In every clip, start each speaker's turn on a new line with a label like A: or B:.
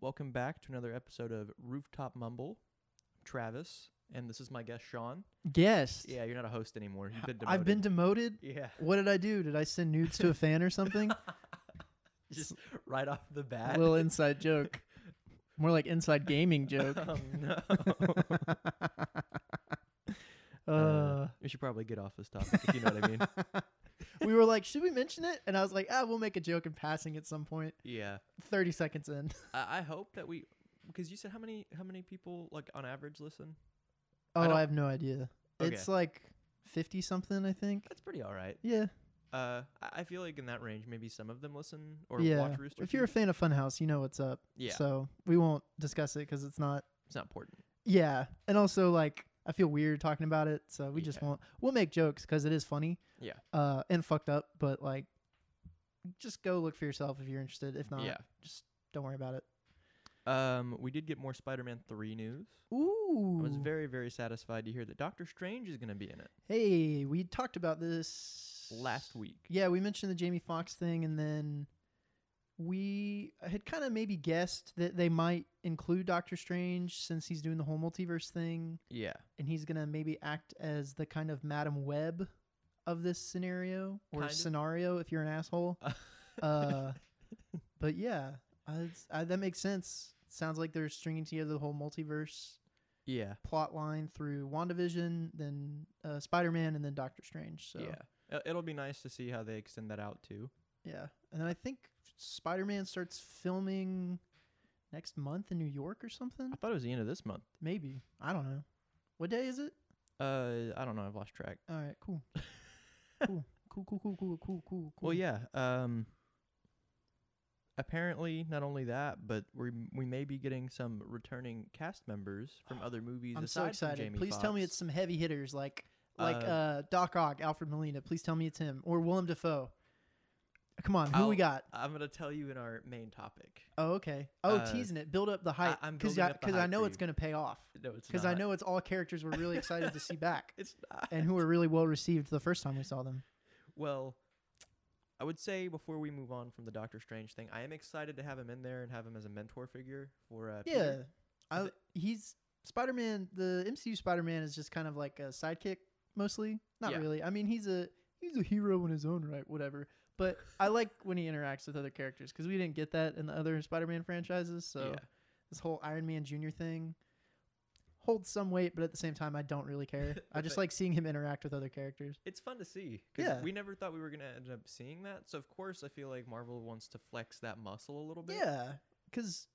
A: Welcome back to another episode of Rooftop Mumble. I'm Travis, and this is my guest Sean.
B: Guest.
A: Yeah, you're not a host anymore. You've been demoted.
B: I've been demoted.
A: yeah,
B: What did I do? Did I send nudes to a fan or something?
A: just right off the bat.
B: a little inside joke. More like inside gaming joke.
A: Oh, no.
B: Uh,
A: we should probably get off this topic if you know what I mean.
B: we were like, should we mention it? And I was like, ah, we'll make a joke in passing at some point.
A: Yeah,
B: 30 seconds in.
A: I, I hope that we, because you said how many how many people like on average listen? I
B: Oh, I,
A: don't-
B: have no idea.
A: Okay.
B: It's like 50 something, I think.
A: That's pretty all right.
B: Yeah.
A: Uh, I, I feel like in that range, maybe some of them listen or
B: yeah.
A: watch Rooster.
B: If you're a
A: Teeth.
B: fan of Funhouse, you know what's up.
A: yeah,
B: So we won't discuss it because it's not.
A: it's not important.
B: Yeah. And also, like, I feel weird talking about it. So we just
A: Yeah.
B: won't. We'll make jokes because it is funny.
A: Yeah.
B: Uh, and fucked up, but like, just go look for yourself if you're interested. If not,
A: Yeah.
B: just don't worry about it.
A: Um, we did get more Spider-Man three news.
B: Ooh.
A: I was very, very satisfied to hear that Doctor Strange is going to be in it
B: hey, we talked about this
A: last week.
B: Yeah, we mentioned the Jamie Foxx thing, and then we had kind of maybe guessed that they might include Doctor Strange since he's doing the whole multiverse thing,
A: Yeah.
B: and he's gonna maybe act as the kind of Madam Web of this scenario or
A: Kind of.
B: scenario if you're an asshole. Uh, but yeah, I, it's- I, that makes sense. Sounds like they're stringing together the whole multiverse
A: yeah.
B: plot line through WandaVision, then uh, Spider Man, and then Doctor Strange. So
A: Yeah. I- It'll be nice to see how they extend that out too.
B: Yeah. And then I think Spider Man starts filming next month in New York or something.
A: I thought it was the end of this month.
B: Maybe. I don't know. What day is it?
A: Uh, I don't know. I've lost track.
B: All right, cool. cool. Cool, cool, cool, cool, cool, cool, cool.
A: Well, yeah. Um, apparently, not only that, but we we may be getting some returning cast members from other movies.
B: Oh, I'm
A: aside
B: so
A: From
B: excited.
A: Jamie
B: Please tell me
A: Foxx.
B: it's some heavy hitters like like
A: Uh,
B: uh, Doc Ock, Alfred Molina. Please tell me it's him or Willem Dafoe. Come on, who we
A: I'll-
B: got?
A: I'm gonna tell you in our main topic.
B: Oh, okay. Oh,
A: uh,
B: teasing it. Build up the hype
A: I'm
B: because
A: building
B: I,
A: up the
B: 'cause I
A: hype for
B: know it's
A: you.
B: going to pay off.
A: No, it's
B: Because I
A: not.
B: know it's all characters we're really excited to see back
A: it's not.
B: and who were really well received the first time we saw them.
A: Well, I would say before we move on from the Doctor Strange thing, I am excited to have him in there and have him as a mentor figure for uh,
B: Yeah,
A: Peter.
B: I,
A: th-
B: he's Spider Man. The MCU Spider Man is just kind of like a sidekick, mostly. Not
A: Yeah.
B: really. I mean, he's a he's a hero in his own right, whatever. But I like when he interacts with other characters because we didn't get that in the other Spider Man franchises. So
A: Yeah.
B: this whole Iron Man Junior thing holds some weight, but at the same time, I don't really care. I just
A: But-
B: like seeing him interact with other characters.
A: It's fun to see because
B: Yeah.
A: we never thought we were gonna end up seeing that. So of course, I feel like Marvel wants to flex that muscle a little bit.
B: Yeah, because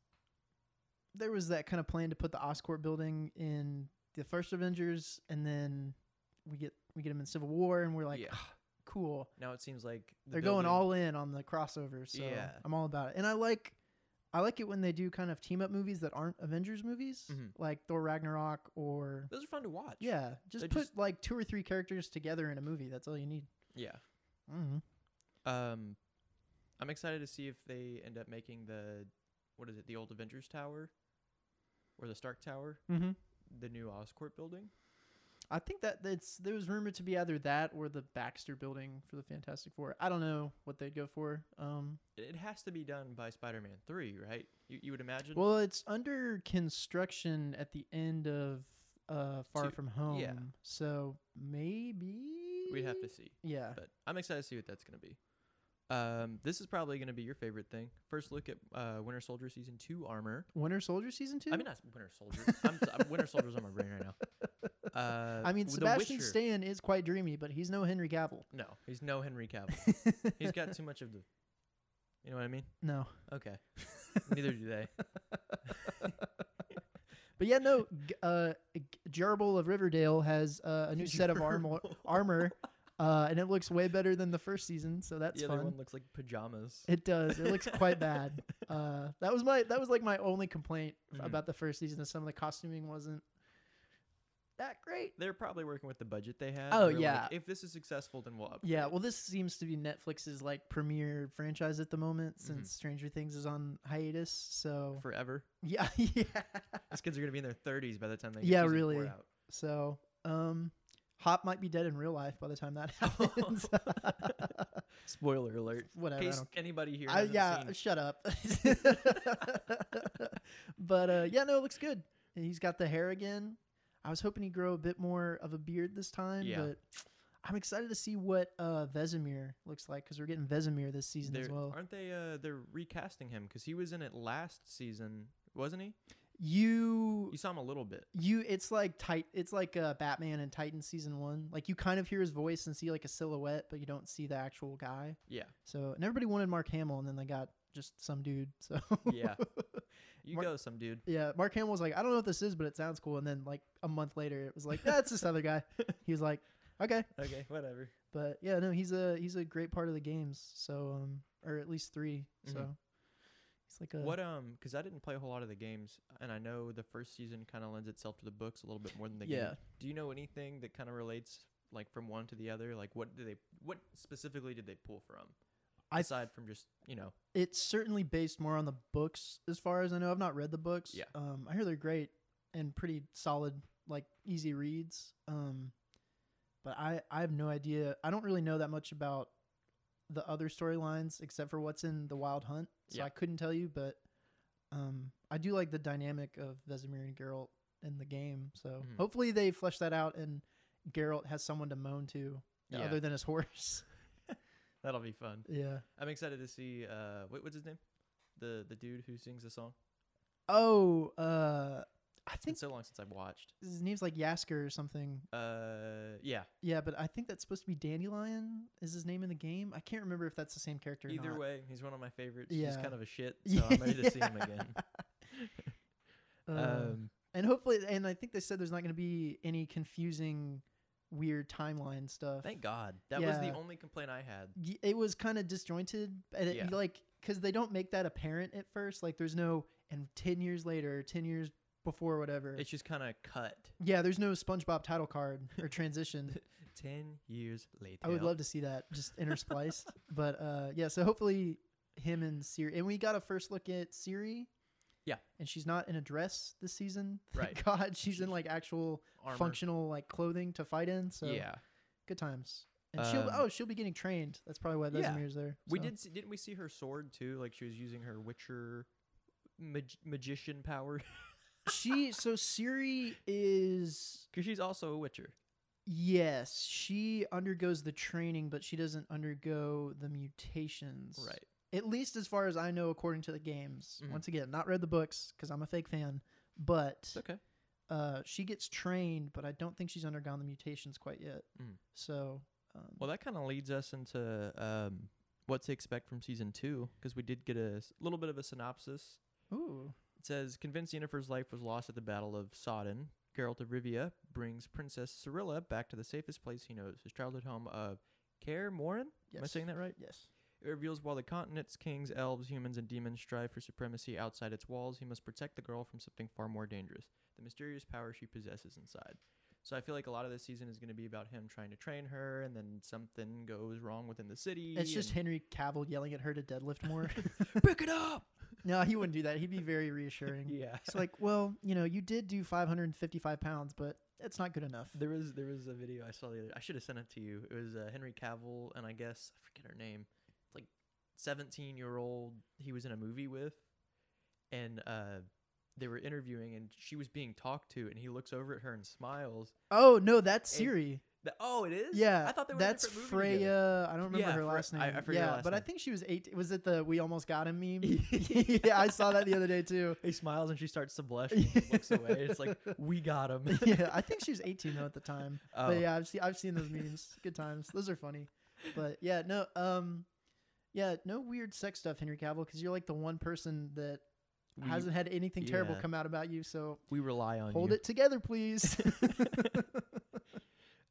B: there was that kind of plan to put the Oscorp building in the first Avengers, and then we get we get them in Civil War, and we're like,
A: Yeah.
B: "Ah, cool.
A: Now it seems like the
B: They're going
A: building-
B: all in on the crossover, so
A: Yeah.
B: I'm all about it. And I like I like it when they do kind of team up movies that aren't Avengers movies,
A: Mhm.
B: like Thor Ragnarok or
A: Those are fun to watch.
B: yeah, just
A: They
B: put
A: just-
B: like two or three characters together in a movie. That's all you need.
A: yeah.
B: Mm-hmm.
A: Um, I'm excited to see if they end up making the what is it? The old Avengers Tower or the Stark Tower,
B: Mm-hmm.
A: the new Oscorp building.
B: I think that it's there was rumored to be either that or the Baxter Building for the Fantastic Four. I don't know what they'd go for. Um,
A: It it has to be done by Spider-Man three, right? You, you would imagine.
B: well, it's under construction at the end of uh, Far
A: Two-
B: From Home,
A: yeah.
B: so maybe
A: We'd have to see.
B: Yeah,
A: But I'm excited to see what that's going to be. Um, this is probably going to be your favorite thing. First look at uh, Winter Soldier Season 2 armor.
B: Winter Soldier season two.
A: I mean, not Winter Soldier. I'm, I'm Winter Soldier's on my brain right now. Uh,
B: I mean,
A: The
B: Sebastian
A: Witcher.
B: Stan is quite dreamy, but he's no Henry Cavill.
A: No, he's no Henry Cavill. He's got too much of the. You know what I mean?
B: no,
A: Okay. Neither do they.
B: but yeah, no. G- uh, G- Gerbil of Riverdale has uh, a new set of armor, armor, uh, and it looks way better than the first season. So that's
A: the other
B: fun.
A: one looks like pajamas.
B: It does. It looks quite bad. Uh, that was my that was like my only complaint f-
A: Mhm.
B: about the first season. Is some of the costuming wasn't that great.
A: They're probably working with the budget they had. and
B: Oh,
A: they were like,
B: yeah.
A: if this is successful, then we'll upgrade.
B: Yeah. Well, this seems to be Netflix's like premier franchise at the moment
A: Mhm.
B: since Stranger Things is on hiatus. So
A: forever.
B: yeah, yeah.
A: These kids are gonna be in their 30s by the time they get
B: Yeah,
A: season four
B: really.
A: out.
B: So um, Hop might be dead in real life by the time that happens.
A: Spoiler alert.
B: Whatever.
A: In
B: I
A: case
B: don't
A: anybody here,
B: I,
A: hasn't
B: yeah,
A: seen-
B: shut up. but uh, yeah, no, it looks good. And he's got the hair again. I was hoping he'd grow a bit more of a beard this time,
A: Yeah.
B: but I'm excited to see what uh, Vesemir looks like because we're getting Vesemir this season as
A: They're-
B: well.
A: Aren't they? Uh, they're recasting him because he was in it last season, wasn't he?
B: You
A: You saw him a little bit.
B: you it's like tight it's like uh, batman and titan season one like you kind of hear his voice and see like a silhouette but you don't see the actual guy
A: Yeah,
B: so and everybody wanted mark hamill and then they got just some dude so
A: Yeah. you
B: Mark-
A: go, some dude.
B: yeah mark hamill was like i don't know what this is but it sounds cool and then like a month later it was like that's this other guy he was like okay
A: Okay, whatever.
B: but yeah no he's a he's a great part of the games so um or at least 3 so
A: Mhm.
B: he's like a
A: What um? Because I didn't play a whole lot of the games, and I know the first season kind of lends itself to the books a little bit more than the game.
B: Yeah.
A: Do you know anything that kind of relates like from one to the other? Like what did they? What specifically did they pull from?
B: I th-
A: Aside from just you know,
B: it's certainly based more on the books as far as I know. I've not read the books.
A: Yeah.
B: Um, I hear they're great and pretty solid, like easy reads. Um, but I, I have no idea. I don't really know that much about the other storylines except for what's in the Wild Hunt. So
A: Yeah.
B: I couldn't tell you, but um, I do like the dynamic of Vesemir and Geralt in the game. So
A: Mhm.
B: hopefully they flesh that out and Geralt has someone to moan to
A: Yeah.
B: other than his horse.
A: that'll be fun.
B: yeah.
A: I'm excited to see uh, what, what's his name? The the dude who sings the song.
B: Oh, uh, I
A: It's been
B: think
A: so long since I've watched.
B: his name's like Yasker or something.
A: Uh, yeah.
B: Yeah, but I think that's supposed to be Dandelion. Is his name in the game? I can't remember if that's the same character. or
A: Either
B: not.
A: way, he's one of my favorites. He's
B: Yeah.
A: kind of a shit, so I'm ready to see him again.
B: Uh,
A: Um,
B: and hopefully, and I think they said there's not going to be any confusing, weird timeline stuff.
A: thank God. That was the
B: yeah.
A: only complaint I had.
B: Y- It was kind of disjointed, and it,
A: Yeah.
B: like because they don't make that apparent at first. Like there's no and ten years later, or ten years before, whatever.
A: It's just kind of cut.
B: yeah, there's no SpongeBob title card or transition.
A: Ten years later.
B: I would love to see that just interspliced. but uh, yeah, so hopefully him and Siri, and we got a first look at Siri.
A: Yeah.
B: and she's not in a dress this season. Thank
A: Right.
B: God, she's in like actual
A: Armor.
B: functional like clothing to fight in. So
A: yeah,
B: good times. And she'll
A: Um,
B: oh she'll be getting trained. That's probably why
A: Yeah.
B: Vesemir's there.
A: we
B: so.
A: did. See, didn't we see her sword too? Like she was using her Witcher mag- magician power
B: she so Siri is
A: because she's also a Witcher.
B: yes she undergoes the training, but she doesn't undergo the mutations.
A: Right.
B: at least as far as I know, according to the games.
A: Mhm.
B: Once again, not read the books because I'm a fake fan, but
A: It's okay.
B: uh, she gets trained, but I don't think she's undergone the mutations quite yet.
A: Mm.
B: So, um,
A: Well, that kind of leads us into um, what to expect from season two because we did get a s- little bit of a synopsis.
B: ooh,
A: It says, convinced Yennefer's life was lost at the Battle of Sodden, Geralt of Rivia brings Princess Cyrilla back to the safest place he knows, his childhood home of Kaer Morin.
B: yes.
A: Am I saying that right?
B: Yes.
A: It reveals while the continents, kings, elves, humans, and demons strive for supremacy outside its walls, he must protect the girl from something far more dangerous the mysterious power she possesses inside. So I feel like a lot of this season is going to be about him trying to train her, and then something goes wrong within the city.
B: It's just
A: and-
B: Henry Cavill yelling at her to deadlift more.
A: pick it up.
B: no, he wouldn't do that. He'd be very reassuring.
A: Yeah.
B: It's like, well, you know, you did do 555 pounds, but that's not good enough.
A: There was there was a video I saw the other. I should have sent it to you. It was uh, Henry Cavill and I guess I forget her name. It's like seventeen year old he was in a movie with, and uh, they were interviewing and she was being talked to and he looks over at her and smiles.
B: Oh no, that's Siri.
A: The, oh, it is.
B: Yeah,
A: I thought they were in a
B: that's
A: different movie
B: Freya.
A: together.
B: I don't remember
A: Yeah,
B: her
A: Fre-
B: last name.
A: I- I forget her
B: yeah,
A: last
B: but I
A: name.
B: think she was eight. Was it the "We almost got him" meme? yeah, I saw that the other day too.
A: He smiles and she starts to blush. And just looks away. It's like we got him.
B: yeah, I think she was 18 though at the time.
A: Oh,
B: But yeah, I've seen I've seen those memes. Good times. Those are funny. But yeah, no, um, yeah, no weird sex stuff, Henry Cavill, because you're like the one person that
A: we,
B: hasn't had anything terrible
A: yeah.
B: come out about you. So
A: we rely on
B: hold
A: you.
B: it together, please.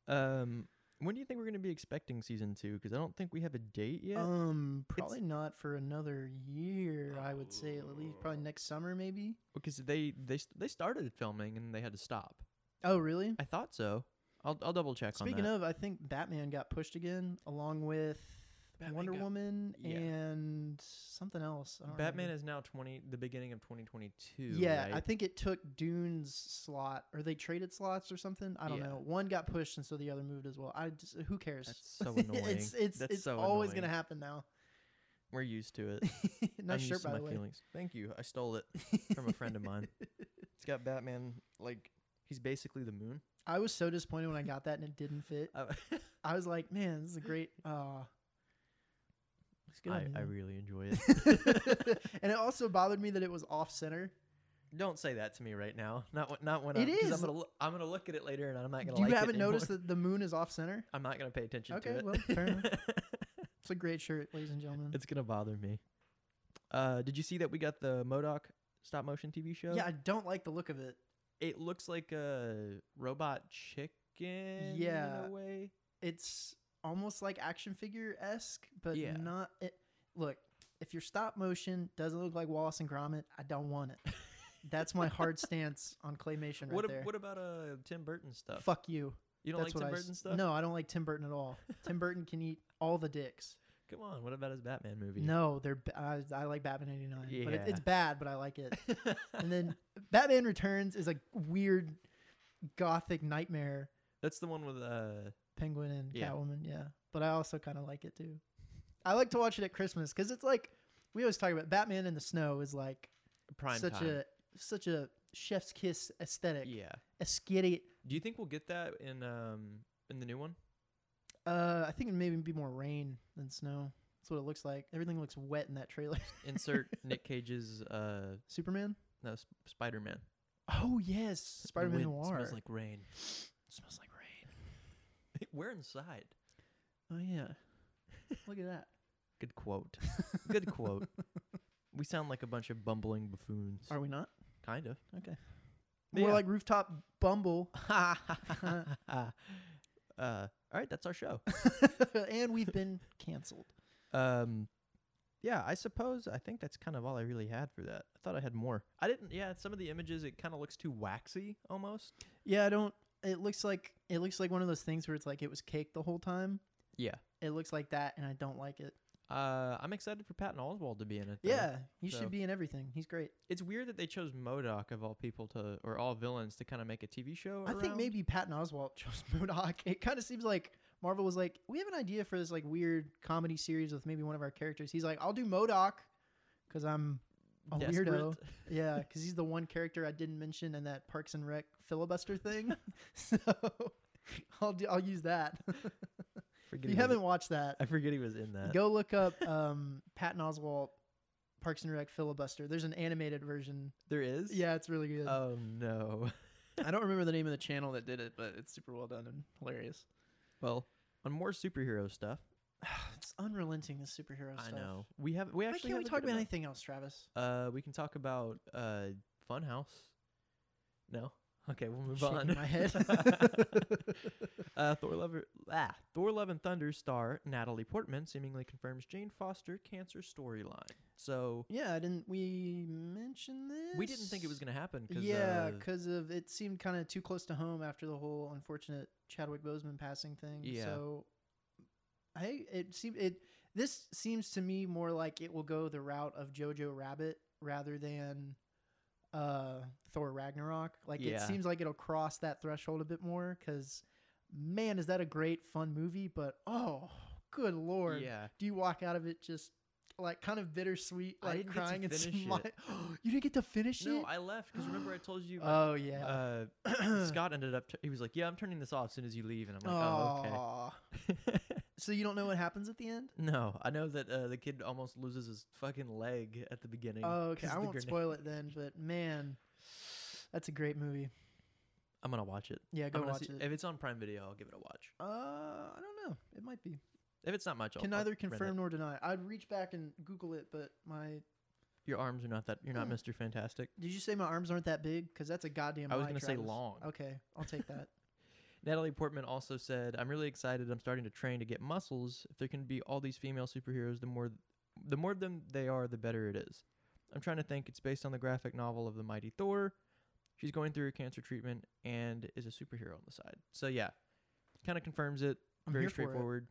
A: Um, when do you think we're going to be expecting season two? Because I don't think we have a date yet.
B: um, probably not for another year. I would say at least
A: Oh.
B: probably next summer, maybe.
A: because they they st- they started filming and they had to stop.
B: Oh, really?
A: I thought so. I'll I'll double check
B: Speaking
A: on that.
B: of, I think Batman got pushed again, along with
A: Batman
B: Wonder
A: got-
B: Woman
A: yeah.
B: and something else. I don't
A: Batman
B: remember.
A: is now twenty the beginning of twenty twenty two.
B: Yeah,
A: right?
B: I think it took Dune's slot, or they traded slots or something. I don't
A: Yeah.
B: know. One got pushed, and so the other moved as well. I just, who cares?
A: that's so annoying.
B: it's it's
A: That's
B: it's
A: so
B: always
A: annoying.
B: gonna happen now.
A: We're used to it. I'm
B: nice
A: used
B: shirt,
A: to
B: by
A: my
B: the way.
A: feelings. Thank you. I stole it from a friend of mine. It's got Batman like he's basically the moon.
B: I was so disappointed when I got that and it didn't fit.
A: I,
B: I was like, man, this is a great. Uh, looks good.
A: I,
B: on
A: I
B: you."
A: really enjoy it.
B: and it also bothered me that it was off center.
A: Don't say that to me right now. Not when, not when
B: It
A: I'm, 'cause
B: is.
A: I'm gonna look, I'm gonna look at it later and I'm not gonna.
B: You
A: like it
B: haven't noticed
A: anymore.
B: that the moon is off center?
A: I'm not gonna pay attention
B: Okay,
A: to it.
B: well, fair enough. It's a great shirt, ladies and gentlemen.
A: it's gonna bother me. Uh, did you see that we got the Modoc stop motion TV show?
B: yeah, I don't like the look of it.
A: it looks like a robot chicken.
B: Yeah.
A: in a way.
B: It's almost like action figure esque, but
A: Yeah.
B: not. It, look, if your stop motion doesn't look like Wallace and Gromit, I don't want it. That's my hard stance on claymation right
A: what ab-
B: there.
A: what about uh Tim Burton stuff?
B: Fuck you.
A: you don't
B: That's
A: like
B: what
A: Tim
B: I s-
A: Burton stuff?
B: No, I don't like Tim Burton at all. Tim Burton can eat all the dicks.
A: Come on. What about his Batman movie?
B: No, they're b- I, I like Batman '89, but it,
A: Yeah.
B: it's bad, but I like it. and then Batman Returns is a weird gothic nightmare
A: That's the one with uh
B: penguin and
A: Yeah.
B: Catwoman. Yeah, but I also kind of like it too. I like to watch it at Christmas because it's like we always talk about Batman in the snow is like
A: prime
B: such
A: time.
B: a such a chef's kiss aesthetic.
A: yeah.
B: Aesthetic.
A: Do you think we'll get that in um in the new one?
B: Uh, I think it maybe be more rain than snow. That's what it looks like. Everything looks wet in that trailer.
A: Insert Nick Cage's uh
B: Superman.
A: no Sp- Spider Man.
B: Oh yes, Spider-Man Noir.
A: smells like rain.
B: smells like rain.
A: We're inside.
B: Oh yeah, look at that.
A: Good quote. Good quote. We sound like a bunch of bumbling buffoons.
B: Are we not?
A: kind of.
B: Okay.
A: But
B: We're
A: yeah.
B: like rooftop bumble,
A: uh, all Uh, right, that's our show.
B: and we've been canceled.
A: Um, yeah, I suppose I think that's kind of all I really had for that. I thought I had more. I didn't. Yeah, some of the images it kind of looks too waxy almost.
B: Yeah, I don't. It looks like it looks like one of those things where it's like it was cake the whole time.
A: Yeah.
B: It looks like that, and I don't like it.
A: Uh, I'm excited for Patton Oswald to be in it. though.
B: Yeah, he
A: so-
B: should be in everything. He's great.
A: it's weird that they chose Modoc of all people to or all villains to kind of make a TV show.
B: I think
A: around.
B: maybe Patton Oswalt chose Modoc. It kind of seems like Marvel was like, we have an idea for this like weird comedy series with maybe one of our characters. He's like, I'll do Modoc because I'm a
A: Desperate.
B: weirdo. Yeah, because he's the one character I didn't mention in that Parks and Rec filibuster thing. so I'll do, I'll use that.
A: Forget
B: if
A: he
B: you
A: was-
B: haven't watched that,
A: I forget he was in that.
B: go look up um, Patton Oswalt Parks and Rec filibuster. There's an animated version.
A: There is.
B: Yeah, it's really good.
A: Oh no.
B: I don't remember the name of the channel that did it, but it's super well done and hilarious.
A: Well, on more superhero stuff.
B: it's unrelenting the superhero stuff.
A: I know we have. We
B: Why
A: actually
B: can't
A: have a
B: we talk
A: good
B: about
A: amount.
B: anything else, Travis?
A: Uh, we can talk about uh Funhouse. No. Okay, we'll move
B: Shaking
A: on.
B: my head.
A: uh, Thor Love, ah, Thor Love and Thunder star Natalie Portman seemingly confirms Jane Foster cancer storyline. So
B: yeah, didn't we mention this?
A: we didn't think it was gonna happen. Cause,
B: Yeah,
A: uh,
B: because of it seemed kind of too close to home after the whole unfortunate Chadwick Boseman passing thing.
A: Yeah.
B: So I it seemed it this seems to me more like it will go the route of Jojo Rabbit rather than uh Thor Ragnarok. Like it
A: Yeah.
B: seems like it'll cross that threshold a bit more because man, is that a great fun movie? But oh, good lord,
A: yeah,
B: do you walk out of it just like kind of bittersweet,
A: I
B: like
A: didn't get to
B: crying and
A: finish it.
B: smiling? you didn't get to finish it.
A: no, I left because remember I told you. my-
B: Oh yeah.
A: uh, Scott ended up. T- he was like, "Yeah, I'm turning this off as soon as you leave," and I'm like, "Oh,
B: Aw.
A: okay."
B: So you don't know what happens at the end?
A: No, I know that uh, the kid almost loses his fucking leg at the beginning.
B: Oh, okay.
A: 'cause
B: I
A: of the
B: won't
A: grenade.
B: spoil it then, but man, that's a great movie.
A: I'm gonna watch it.
B: Yeah,
A: I'm
B: go
A: gonna
B: watch
A: see-
B: it.
A: If it's on Prime Video, I'll give it a watch.
B: uh, I don't know. It might be.
A: If it's not much, I'll
B: Can
A: I'll
B: neither
A: rent it.
B: confirm nor deny. I'd reach back and Google it, but my
A: Your arms are not that. You're not
B: Mm.
A: Mr. Fantastic.
B: did you say my arms aren't that big? Because that's a goddamn.
A: I was
B: lie,
A: gonna say
B: Travis.
A: long.
B: Okay, I'll take that.
A: Natalie Portman also said, "I'm really excited. I'm starting to train to get muscles. If there can be all these female superheroes, the more, the more of them they are, the better it is. I'm trying to think. It's based on the graphic novel of the Mighty Thor. She's going through a cancer treatment and is a superhero on the side. So yeah, kind of confirms it.
B: I'm
A: Very
B: here for it.
A: straightforward.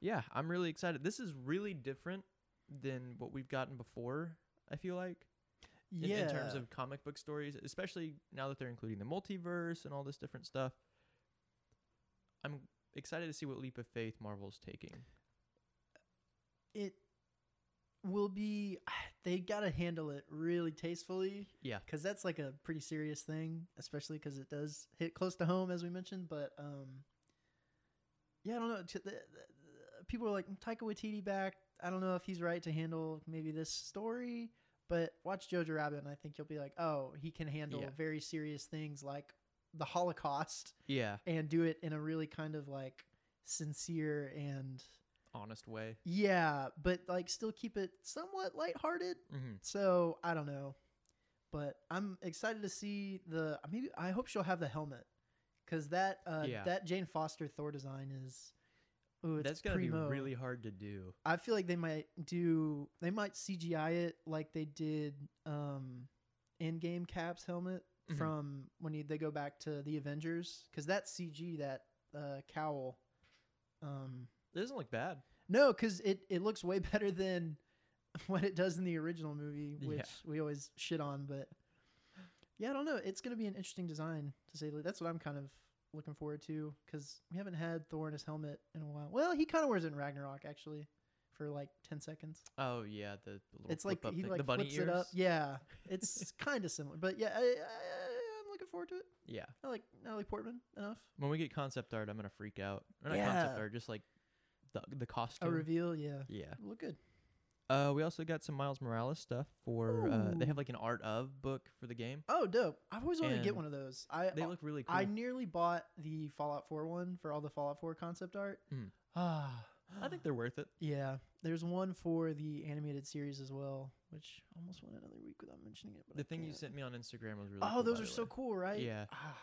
A: Yeah, I'm really excited. This is really different than what we've gotten before. I feel like in,
B: Yeah.
A: in terms of comic book stories, especially now that they're including the multiverse and all this different stuff. I'm excited to see what leap of faith Marvel's taking.
B: it, will be they got to handle it really tastefully
A: Yeah.
B: because that's like a pretty serious thing especially because it does hit close to home as we mentioned but um yeah i don't know t- the, the- people are like taika waititi back i don't know if he's right to handle maybe this story but watch jojo rabbit and i think you'll be like oh he can handle
A: Yeah.
B: very serious things like the holocaust
A: Yeah.
B: and do it in a really kind of like sincere and
A: Honest way.
B: yeah, but like still keep it somewhat lighthearted.
A: hmm
B: So I don't know, but I'm excited to see the. Maybe I hope she'll have the helmet because that uh,
A: Yeah.
B: that Jane Foster Thor design is. Ooh, it's
A: That's gonna
B: primo.
A: be really hard to do.
B: I feel like they might do. They might CGI it like they did um, Endgame Cap's helmet
A: Mhm.
B: from when he, they go back to the Avengers because that CG that uh, cowl. Um,
A: It doesn't look bad.
B: no, because it, it looks way better than what it does in the original movie,
A: Yeah.
B: which we always shit on. But yeah, I don't know. It's going to be an interesting design to say. the least. That's what I'm kind of looking forward to because we haven't had Thor in his helmet in a while. Well, he kind of wears it in Ragnarok actually for like ten seconds.
A: Oh yeah, the little
B: it's like
A: flip-up
B: he
A: thing.
B: like
A: the bunny
B: flips
A: ears.
B: it up. Yeah, it's kind of similar, but yeah, I, I, I'm looking forward to it.
A: yeah.
B: I like Natalie Portman enough.
A: When we get concept art, I'm gonna freak out. Or not
B: Yeah.
A: concept art, just like the the costume.
B: A reveal, yeah,
A: yeah.
B: look good.
A: Uh, we also got some Miles Morales stuff for. Uh, they
B: Ooh.
A: have like an art of book for the game.
B: Oh, dope! I've always wanted to get
A: And
B: one of those. I
A: They look really cool.
B: Oh, I nearly bought the Fallout 4 one for all the Fallout 4 concept art.
A: Mm.
B: Ah,
A: I think they're worth it.
B: yeah. There's one for the animated series as well, which I almost went another week without mentioning it. But
A: The
B: I
A: thing you
B: can't.
A: sent me on Instagram was really.
B: Oh,
A: cool,
B: those
A: by
B: are
A: the
B: so
A: way.
B: cool, right?
A: Yeah.
B: Ah,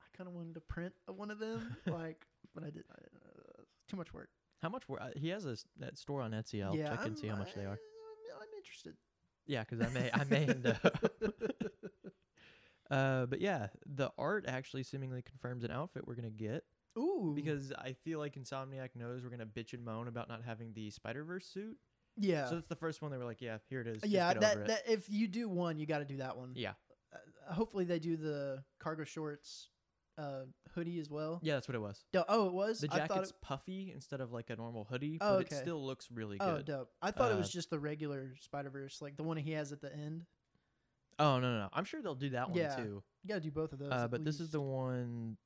B: I kind of wanted to print a- one of them, like, but I didn't. I didn't uh, too much work.
A: How much were uh, he has a s- that store on Etsy? I'll
B: yeah,
A: check
B: I'm,
A: and see how much they are.
B: I'm, I'm interested.
A: Yeah, because I may I may end up. Uh, but yeah, the art actually seemingly confirms an outfit we're gonna get
B: Ooh.
A: because I feel like Insomniac knows we're gonna bitch and moan about not having the Spider Verse suit.
B: yeah. Uh,
A: So that's the first one they were like, yeah, here it is. just
B: yeah,
A: get over
B: that,
A: it."
B: that if you do one, you got to do that one.
A: yeah,
B: Uh, hopefully they do the cargo shorts uh, hoodie as well.
A: yeah, that's what it was.
B: Do- oh, it was.
A: The
B: I thought
A: jacket's
B: it,
A: puffy instead of like a normal hoodie,
B: Oh,
A: but
B: okay.
A: it still looks really
B: oh,
A: good.
B: dope. I thought it was
A: Uh,
B: just the regular Spider Verse, like the one he has at the end.
A: Oh no, no, no! I'm sure they'll do that one
B: Yeah,
A: too.
B: You got to do both of those.
A: Uh,
B: at
A: but this is
B: least.
A: the one,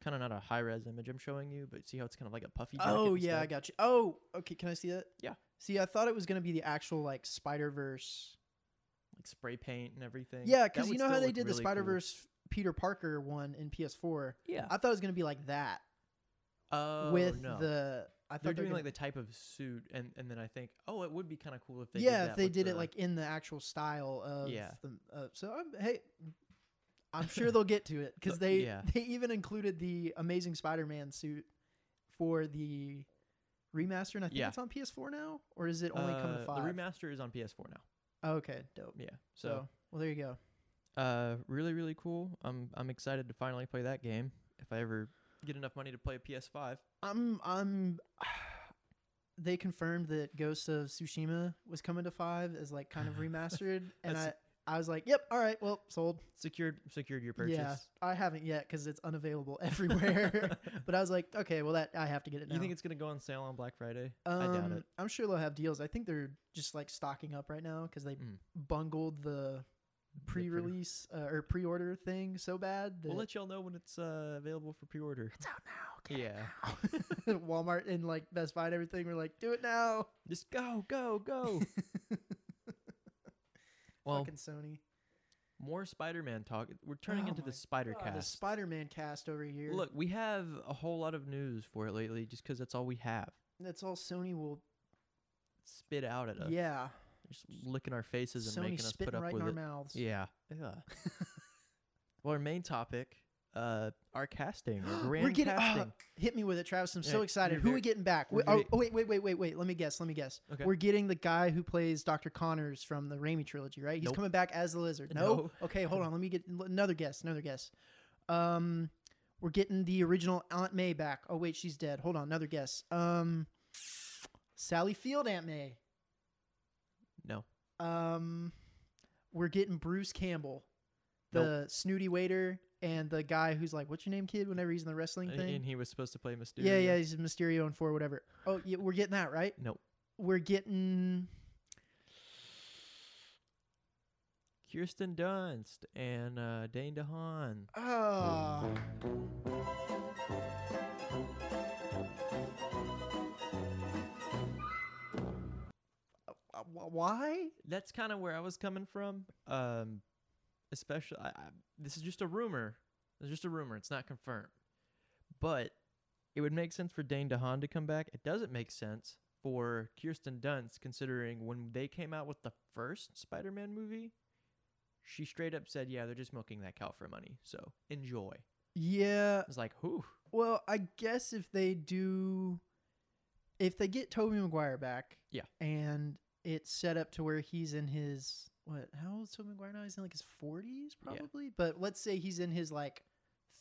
A: kind of not a high res image I'm showing you, but see how it's kind of like a puffy. Jacket
B: Oh
A: instead?
B: yeah, I got you. Oh, okay. Can I see that?
A: Yeah.
B: See, I thought it was gonna be the actual like Spider Verse.
A: like spray paint and everything.
B: Yeah,
A: That
B: because you
A: would
B: know how
A: still
B: they
A: look
B: did the
A: really cool.
B: Spider Verse Peter Parker one in PS4.
A: Yeah.
B: I thought it was gonna be like that
A: Oh
B: with
A: no.
B: the. I thought
A: they're
B: they were
A: doing like the
B: gonna-
A: type of suit, and and then I think, oh, it would be kind of cool if they
B: yeah,
A: did
B: if
A: that
B: they
A: with
B: did it
A: the-
B: like in the actual style of
A: Yeah.
B: the. Uh, so I'm, hey, I'm sure they'll get to it because
A: Look,
B: they
A: yeah.
B: they even included the Amazing Spider-Man suit for the remaster, and I think
A: Yeah.
B: it's on PS4 now, or is it only come to
A: uh,
B: five?
A: The remaster is on PS4 now.
B: Oh, okay, dope.
A: Yeah,
B: So,
A: so
B: well, there you go.
A: uh, really really cool. I'm I'm excited to finally play that game if I ever get enough money to play a PS5.
B: I'm I'm. They confirmed that Ghost of Tsushima was coming to five as like kind of remastered, and I
A: That's-
B: I was like, yep, all right, well, sold.
A: Secured secured your purchase.
B: Yeah, I haven't yet because it's unavailable everywhere. but I was like, okay, well that I have to get it now.
A: You think it's gonna go on sale on Black Friday?
B: Um,
A: I doubt it.
B: I'm sure they'll have deals. I think they're just like stocking up right now because they
A: Mm.
B: bungled the pre-release uh, or pre-order thing so bad that
A: We'll let y'all know when it's uh, available for pre-order.
B: it's out now. Get
A: Yeah,
B: it now. Walmart and like Best Buy and everything were like, do it now.
A: just go go go. well,
B: Fucking Sony.
A: more Spider-Man talk. We're turning
B: Oh
A: into
B: my
A: the Spider
B: God, the
A: Cast.
B: Spider-Man cast over here.
A: Look, we have a whole lot of news for it lately, just 'cause that's all we have.
B: that's all Sony will.
A: Spit out at us,
B: Yeah,
A: just licking our faces and
B: Sony
A: uh, making us put
B: spitting
A: up
B: right in
A: with
B: our
A: it.
B: mouths.
A: Yeah. Ugh. well, our main topic, uh, our casting, our grand
B: we're getting
A: casting.
B: ah, hit me with it, Travis. I'm
A: Yeah,
B: so
A: you're
B: excited. Who
A: very-
B: we getting back?
A: we're
B: We- oh,
A: getting-
B: oh, wait, wait, wait, wait, wait. Let me guess. Let me guess.
A: Okay.
B: We're getting the guy who plays Dr. Connors from the Raimi trilogy, right? He's
A: Nope.
B: coming back as the lizard. No.
A: No.
B: Okay, hold on. Let me get l- another guess. Another guess. Um, we're getting the original Aunt May back. Oh wait, she's dead. Hold on. Another guess. Um, Sally Field Aunt May.
A: No.
B: Um, we're getting Bruce Campbell,
A: Nope.
B: the snooty waiter, and the guy who's like, "What's your name, kid?" Whenever he's in the wrestling
A: And,
B: thing.
A: Uh, and he was supposed to play Mysterio.
B: Yeah, yeah, he's Mysterio and four, whatever. Oh, yeah, we're getting that right.
A: Nope.
B: We're getting
A: Kirsten Dunst and uh, Dane DeHaan.
B: Ah. Uh, wh- Why?
A: That's kind of where I was coming from. Um, especially, I, I, this is just a rumor. It's just a rumor. It's not confirmed, but it would make sense for Dane DeHaan to come back. It doesn't make sense for Kirsten Dunst considering when they came out with the first Spider-Man movie, she straight up said, "Yeah, they're just milking that cow for money. So enjoy."
B: Yeah.
A: I was like, "Whew."
B: Well, I guess if they do, if they get Toby Maguire back,
A: Yeah.
B: and it's set up to where he's in his what? How old is Toby Maguire now? He's in like his forties,
A: Yeah.
B: probably. But let's say he's in his like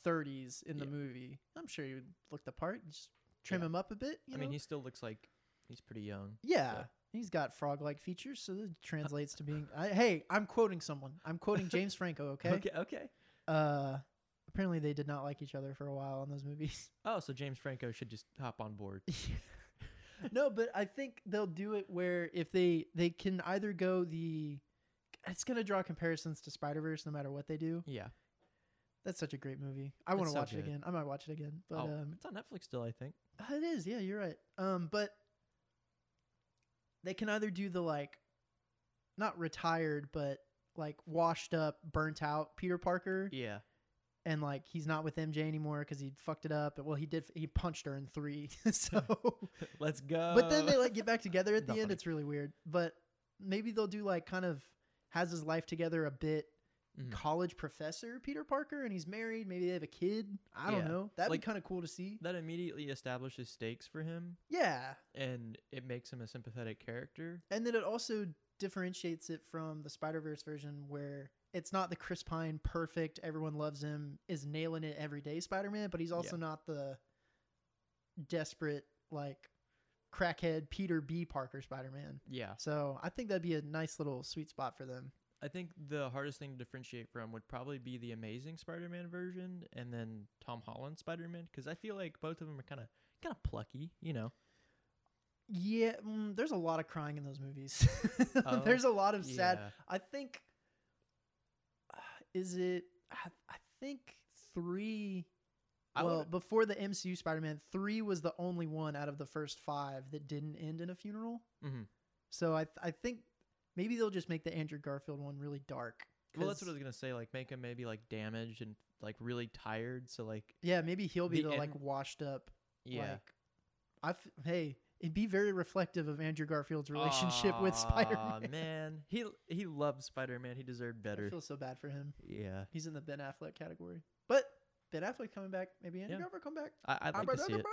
B: thirties in the
A: Yeah.
B: movie. I'm sure he would look the part. Just trim
A: Yeah.
B: him up a bit. You
A: I mean,
B: know?
A: he still looks like he's pretty young.
B: yeah. He's got frog-like features, so that translates to being. I, hey, I'm quoting someone. I'm quoting James Franco. Okay.
A: Okay. Okay.
B: Uh, apparently they did not like each other for a while on those movies.
A: Oh, so James Franco should just hop on board.
B: no, but I think they'll do it where if they they can either go the it's gonna draw comparisons to Spider Verse no matter what they do.
A: Yeah.
B: That's such a great movie. I
A: It's
B: want to
A: so
B: watch
A: good.
B: it again. I might watch it again. But
A: oh,
B: um,
A: it's on Netflix still, I think.
B: it is. Yeah, you're right. Um, but they can either do the like not retired but like washed up, burnt out Peter Parker,
A: Yeah.
B: and like he's not with MJ anymore because he fucked it up. Well, he did. He punched her in three, so.
A: Let's go.
B: but then they like get back together at the
A: Not
B: end.
A: funny.
B: It's really weird. But maybe they'll do like kind of has his life together a bit.
A: Mhm.
B: College professor Peter Parker, and he's married. Maybe they have a kid. I don't
A: Yeah.
B: know. That'd
A: Like-
B: be kind of cool to see.
A: that immediately establishes stakes for him
B: Yeah,
A: and it makes him a sympathetic character.
B: and then it also differentiates it from the Spider Verse version where. It's not the Chris Pine perfect, everyone loves him, is nailing it every day Spider Man, but he's also not the desperate, like, crackhead Peter B. Parker Spider Man.
A: Yeah.
B: So I think that'd be a nice little sweet spot for them.
A: I think the hardest thing to differentiate from would probably be the amazing Spider-Man version and then Tom Holland Spider-Man cuz I feel like both of them are kind of kind of plucky, you know.
B: Yeah, mm, there's a lot of crying in those movies. there's a lot of sad.
A: Oh, Yeah.
B: I think uh, is it? I, I think three.
A: I
B: well,
A: would've-
B: before the MCU Spider-Man, three was the only one out of the first five that didn't end in a funeral.
A: Mhm.
B: So I, I think maybe they'll just make the Andrew Garfield one really dark.
A: Well, that's
B: 'cause-
A: what I was going to say like make him maybe like damaged and like really tired so like
B: Yeah, maybe he'll be
A: The
B: the, like
A: end-
B: washed up
A: yeah.
B: Like, I f- hey, it'd be very reflective of Andrew Garfield's relationship with Spider
A: Aw,
B: Man.
A: man. He he loves Spider-Man. He deserved
B: I
A: better.
B: feel so bad for him.
A: yeah.
B: He's in the Ben Affleck category, but Ben Affleck coming back, maybe Andrew
A: Yeah.
B: Garfield come back.
A: I, I'd like to see it.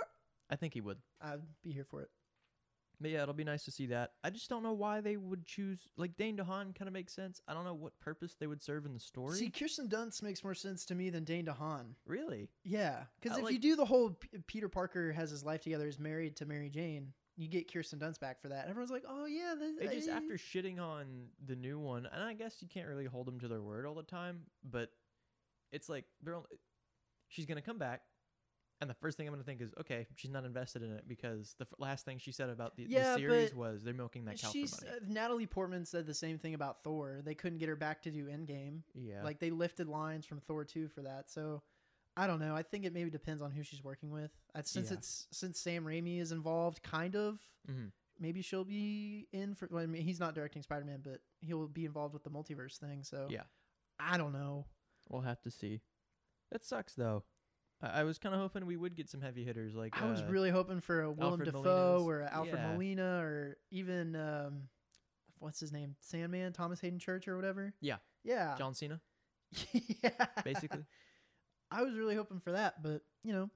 A: I think he would.
B: I'd be here for it.
A: But yeah, it'll be nice to see that. I just don't know why they would choose like Dane DeHaan kind of makes sense. I don't know what purpose they would serve in the story.
B: See, Kirsten Dunst makes more sense to me than Dane DeHaan.
A: really?
B: Yeah, because
A: I
B: if you
A: like-
B: do the whole P- Peter Parker has his life together, is married to Mary Jane, you get Kirsten Dunst back for that. Everyone's like, oh yeah, this,
A: They just
B: eh."
A: after shitting on the new one, and I guess you can't really hold them to their word all the time, but it's like they're only, she's gonna come back, and the first thing I'm gonna think is, okay, she's not invested in it because the f- last thing she said about the,
B: Yeah,
A: the series
B: but
A: was they're milking that cow for money.
B: She's uh, Natalie Portman said the same thing about Thor. They couldn't get her back to do Endgame.
A: yeah,
B: Like they lifted lines from Thor 2 for that. So I don't know. I think it maybe depends on who she's working with. Uh, Since
A: Yeah.
B: it's since Sam Raimi is involved, kind of.
A: Mhm.
B: Maybe she'll be in for. Well, I mean, he's not directing Spider Man, but he'll be involved with the multiverse thing. So
A: Yeah.
B: I don't know.
A: we'll have to see. That sucks though. I, I was kind of hoping we would get some heavy hitters like
B: I was
A: uh,
B: really hoping for a Willem
A: Alfred
B: Dafoe
A: Molina's-
B: or a Alfred
A: yeah.
B: Molina or even um, what's his name, Sandman, Thomas Hayden Church or whatever.
A: Yeah.
B: yeah,
A: John Cena
B: yeah.
A: basically.
B: I was really hoping for that, but you know,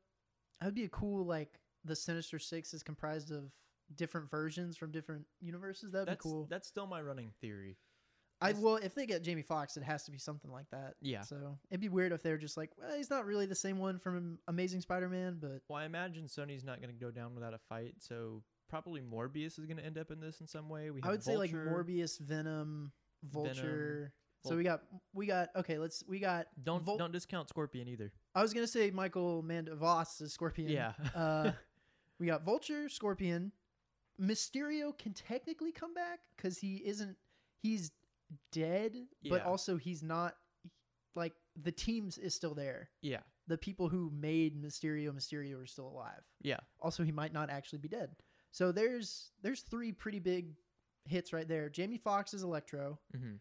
B: that would be a cool like the Sinister Six is comprised of different versions from different universes. That'd
A: that's
B: be cool.
A: that's still my running theory.
B: I
A: that's-
B: well, if they get Jamie Foxx, it has to be something like that.
A: Yeah.
B: So it'd be weird if they were just like, well, he's not really the same one from Amazing Spider-Man, but
A: Well, I imagine Sony's not going to go down without a fight, so probably Morbius is going to end up in this in some way. We have
B: I would say like
A: Vulture.
B: Morbius, Venom, Vulture. so
A: Vul-
B: we got we got okay. Let's we got.
A: Don't
B: Vul-
A: don't discount Scorpion either.
B: I was gonna say Michael Mandavas is Scorpion.
A: Yeah.
B: uh, we got Vulture, Scorpion, Mysterio can technically come back because he isn't. He's dead, but
A: Yeah.
B: also he's not like the teams is still there.
A: Yeah.
B: The people who made Mysterio Mysterio are still alive.
A: Yeah.
B: Also, he might not actually be dead. So there's there's three pretty big hits right there. Jamie Foxx is Electro,
A: hmm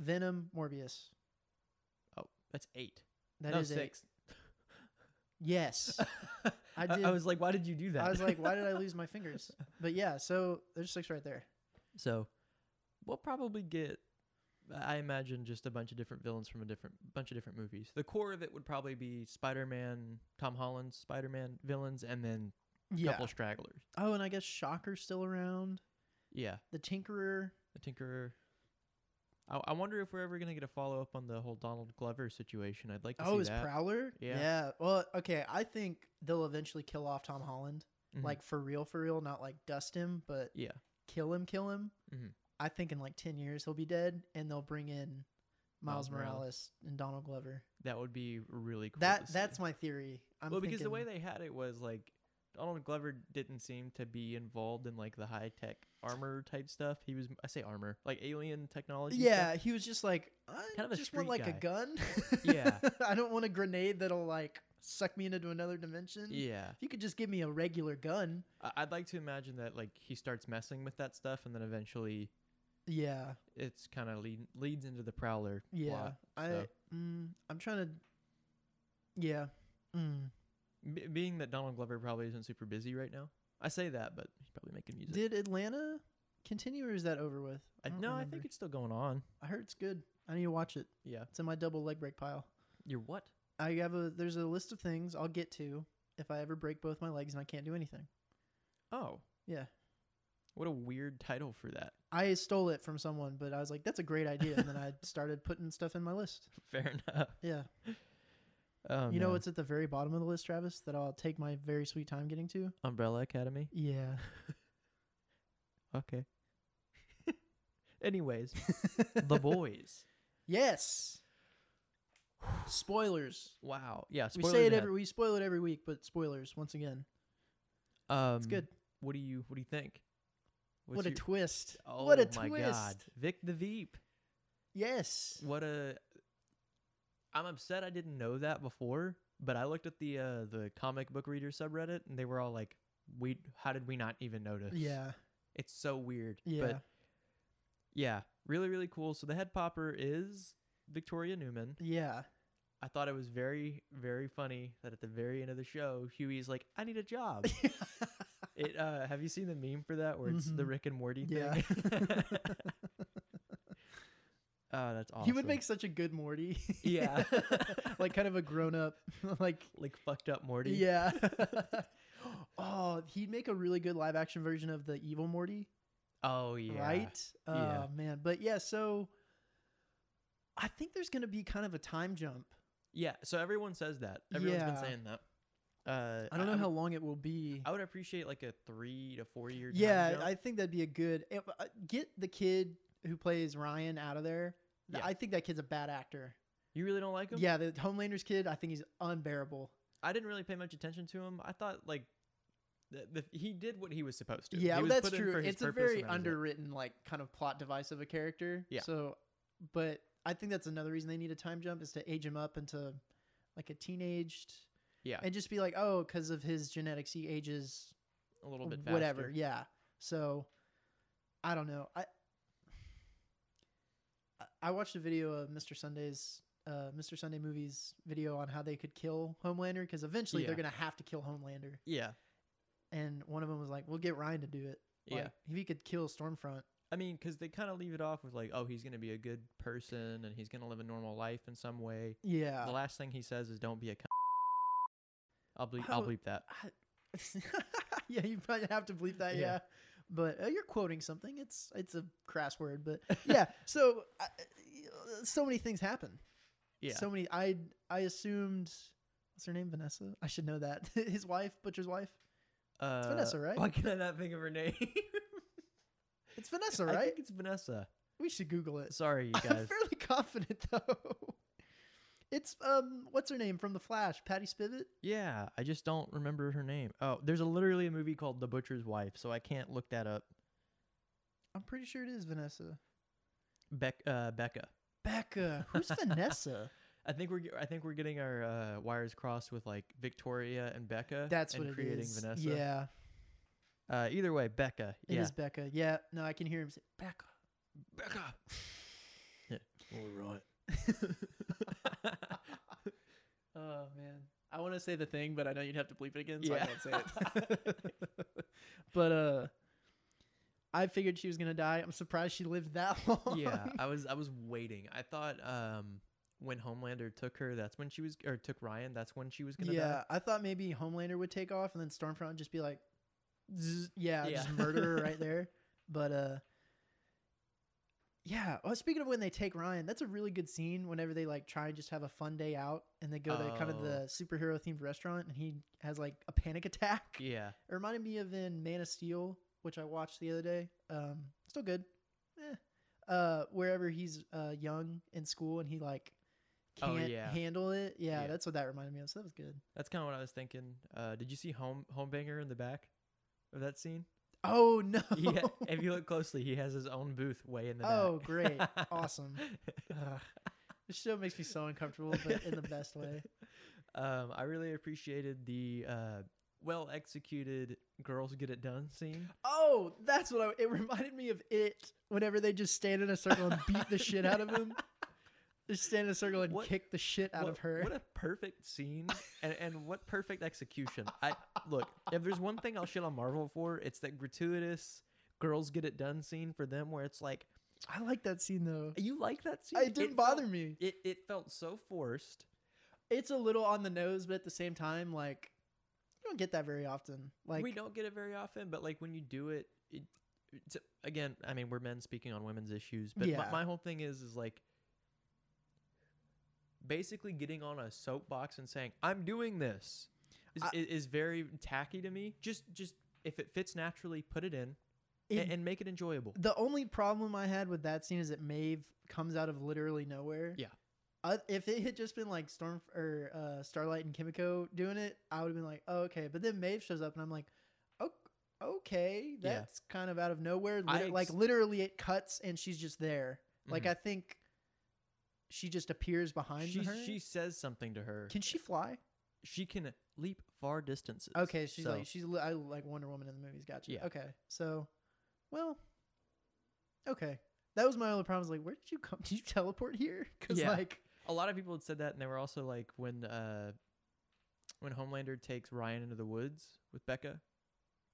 B: Venom, Morbius.
A: Oh, that's eight.
B: That is
A: no,
B: it.
A: Oh, six.
B: Yes. I
A: I,
B: did-
A: I was like, why did you do that?
B: I was like, why did I lose my fingers? But yeah, so there's six right there.
A: So, we'll probably get, I imagine, just a bunch of different villains from a different bunch of different movies. The core of it would probably be Spider-Man, Tom Holland's Spider-Man villains, and then a
B: Yeah.
A: couple stragglers.
B: Oh, and I guess Shocker's still around.
A: Yeah,
B: The Tinkerer.
A: the Tinkerer. I, I wonder if we're ever gonna get a follow up on the whole Donald Glover situation. I'd like to
B: Oh,
A: see
B: is
A: that.
B: Prowler?
A: Yeah.
B: Well, okay. I think they'll eventually kill off Tom Holland,
A: Mhm.
B: like for real, for real, not like dust him, but
A: yeah,
B: kill him, kill him.
A: Mhm.
B: I think in like ten years he'll be dead, and they'll bring in Miles
A: Miles Morales.
B: Morales, and Donald Glover.
A: that would be really cool.
B: that
A: to see.
B: that's my theory. I'm
A: well because the way
B: thinking-
A: they had it was like Donald Glover didn't seem to be involved in like the high tech armor type stuff. He was I say armor like alien technology. stuff.
B: yeah, he was just like, I
A: Kind of a
B: just want
A: street
B: like a
A: guy.
B: gun.
A: Yeah.
B: I don't want a grenade that'll like suck me into another dimension.
A: yeah.
B: If you could just give me a regular gun,
A: I- I'd like to imagine that like he starts messing with that stuff, and then eventually
B: yeah.
A: it's kind of lead, leads into the Prowler.
B: Yeah,
A: plot,
B: I
A: so.
B: mm, I'm trying to. Yeah, mm.
A: B- being that Donald Glover probably isn't super busy right now. I say that, but he's probably making music.
B: did Atlanta continue or is that over with?
A: I,
B: don't
A: no, I
B: remember.
A: think it's still going on.
B: I heard it's good. I need to watch it.
A: Yeah.
B: It's in my double leg break pile.
A: You're what?
B: I have a there's a list of things I'll get to if I ever break both my legs and I can't do anything.
A: Oh.
B: Yeah.
A: What a weird title for that.
B: I stole it from someone, but I was like, "That's a great idea," and then I started putting stuff in my list.
A: Fair enough.
B: Yeah,
A: Oh,
B: you know
A: man.
B: what's at the very bottom of the list, Travis? That I'll take my very sweet time getting to.
A: Umbrella Academy?
B: Yeah,
A: Okay. Anyways, The Boys.
B: Yes. Spoilers.
A: Wow. Yeah.
B: we say
A: spoilers
B: it
A: ahead.
B: every we spoil it every week, but spoilers once again.
A: Um,
B: It's good.
A: What do you What do you think? What's
B: what a
A: your-
B: twist!
A: Oh
B: what a
A: my
B: twist!
A: god, Vic the Veep.
B: Yes.
A: What a. I'm upset I didn't know that before, but I looked at the uh, the comic book reader subreddit and they were all like, "We how did we not even notice?"
B: Yeah.
A: it's so weird.
B: Yeah.
A: but yeah, really really cool. So the head popper is Victoria Newman.
B: Yeah.
A: I thought it was very, very funny that at the very end of the show, Huey's like, "I need a job." it uh, have you seen the meme for that where it's the
B: Mhm.
A: Rick and Morty
B: Yeah.
A: thing? oh, that's awesome.
B: He would make such a good Morty.
A: yeah,
B: like kind of a grown up. like
A: like fucked up Morty.
B: yeah. oh, he'd make a really good live action version of the evil Morty.
A: Oh yeah.
B: right? Oh
A: Yeah.
B: man, but yeah. So I think there's going to be kind of a time jump.
A: Yeah. So everyone says that. Everyone's
B: Yeah.
A: been saying that. Uh,
B: I don't know
A: would-
B: how long it will be.
A: I would appreciate like a three to four year. time
B: Yeah,
A: jump.
B: I think that'd be a good if- uh, get the kid who plays Ryan out of there. Th-
A: Yeah.
B: I think that kid's a bad actor.
A: you really don't like him.
B: Yeah, the Homelander's kid, I think he's unbearable.
A: I didn't really pay much attention to him. I thought like the, the, he did what he was supposed to.
B: yeah,
A: He
B: well,
A: was
B: that's
A: put in
B: true.
A: for his
B: It's a
A: purpose,
B: very
A: and that was it.
B: underwritten, like kind of plot device of a character.
A: Yeah.
B: So, but I think that's another reason they need a time jump is to age him up into like a teenaged.
A: Yeah.
B: And just be like, oh, because of his genetics, he ages
A: a little bit faster.
B: whatever. Yeah. So I don't know. I I- I watched a video of Mr. Sunday's uh, Mr. Sunday movies video on how they could kill Homelander because eventually they're
A: Yeah.
B: gonna have to kill Homelander.
A: Yeah.
B: And one of them was like, "We'll get Ryan to do it.
A: Yeah.
B: Like, if he could kill Stormfront,
A: I mean, because they kind of leave it off with like, oh, he's going to be a good person and he's going to live a normal life in some way.
B: yeah."
A: the last thing he says is, "Don't be a." C-. I'll bleep.
B: Oh,
A: I'll bleep that.
B: yeah, you probably have to believe that. Yeah.
A: Yeah.
B: But uh, you're quoting something. It's it's a crass word, but yeah. So uh, so many things happen.
A: Yeah.
B: So many. I I assumed. What's her name? Vanessa. I should know that. His wife, Butcher's wife.
A: uh,
B: Vanessa, right?
A: Why can I not think of her name?
B: It's Vanessa,
A: I
B: right?
A: think it's Vanessa.
B: We should Google it.
A: Sorry, you
B: I'm
A: guys.
B: fairly confident though. It's um, what's her name from The Flash? Patty Spivot.
A: yeah, I just don't remember her name. Oh, there's a, literally a movie called The Butcher's Wife, so I can't look that up.
B: I'm pretty sure it is Vanessa.
A: Beck, uh, Becca.
B: Becca. Who's Vanessa?
A: I think we're I think we're getting our uh, wires crossed with like Victoria and Becca.
B: That's
A: and
B: what it
A: creating
B: is.
A: Vanessa.
B: Yeah,
A: Uh, either way, Becca.
B: it is
A: yeah.
B: Becca. Yeah, no, I can hear him say Becca.
A: Becca.
B: All right.
C: Oh man, I want to say the thing, but I know you'd have to bleep it again, so
A: Yeah.
C: I can't say it. but uh,
B: I figured she was gonna die. I'm surprised she lived that long.
A: yeah, I was I was waiting. I thought um when Homelander took her, that's when she was or took Ryan, that's when she was gonna
B: yeah.
A: die.
B: I thought maybe Homelander would take off and then Stormfront would just be like, zzz, yeah,
A: Yeah.
B: just murder her right there. But uh, yeah. Oh, speaking of when they take Ryan, that's a really good scene. Whenever they like try and just have a fun day out and they go to kind of
A: Oh.
B: the superhero themed restaurant and he has like a panic attack.
A: Yeah.
B: It reminded me of in Man of Steel, which I watched the other day. Um, still good. Eh. Uh, wherever he's uh, young in school and he like can't
A: Oh, yeah.
B: handle it. Yeah,
A: Yeah.
B: that's what that reminded me of. So that was good.
A: That's kinda what I was thinking. Uh did you see home homebanger in the back of that scene?
B: Oh no.
A: Yeah. if you look closely, he has his own booth way in the
B: oh
A: back.
B: great, awesome. Ugh. This show makes me so uncomfortable, but in the best way.
A: Um, I really appreciated the uh well executed girls get it done scene.
B: Oh, that's what I, it reminded me of. It whenever they just stand in a circle and beat the shit out of him. Just stand in a circle and
A: What-
B: kick the shit out
A: what,
B: of her.
A: What a perfect scene and, and what perfect execution. I look, if there's one thing I'll shit on Marvel for, it's that gratuitous girls get it done scene for them where it's like
B: I like that scene though.
A: you like that scene?
B: It didn't
A: felt-
B: bother me.
A: it it felt so forced.
B: it's a little on the nose, but at the same time, like you don't get that very often. Like
A: we don't get it very often, but like when you do it, it it's, again, I mean, we're men speaking on women's issues, but
B: Yeah.
A: my, my whole thing is is like basically getting on a soapbox and saying I'm doing this is,
B: I-
A: is, is very tacky to me. Just just if it fits naturally, put it in a-
B: it-
A: and, make it enjoyable.
B: the only problem I had with that scene is that Maeve comes out of literally nowhere.
A: Yeah.
B: Uh, if it had just been like Storm or uh, Starlight and Kimiko doing it, I would have been like, oh, okay. But then Maeve shows up, and I'm like, oh, okay,
A: Yeah.
B: that's kind of out of nowhere.
A: I
B: Liter- like
A: ex-
B: literally, it cuts, and she's just there. Like
A: Mhm.
B: I think she just appears behind
A: She
B: her.
A: she says something to her.
B: Can she fly?
A: she can leap far distances.
B: Okay, she's
A: So,
B: like she's li- I like Wonder Woman in the movies. Gotcha.
A: Yeah.
B: Okay, so, well, okay, that was my only problem. I was like, where did you come? Did you teleport here? Because
A: Yeah.
B: like,
A: a lot of people had said that, and they were also like when uh when Homelander takes Ryan into the woods with Becca,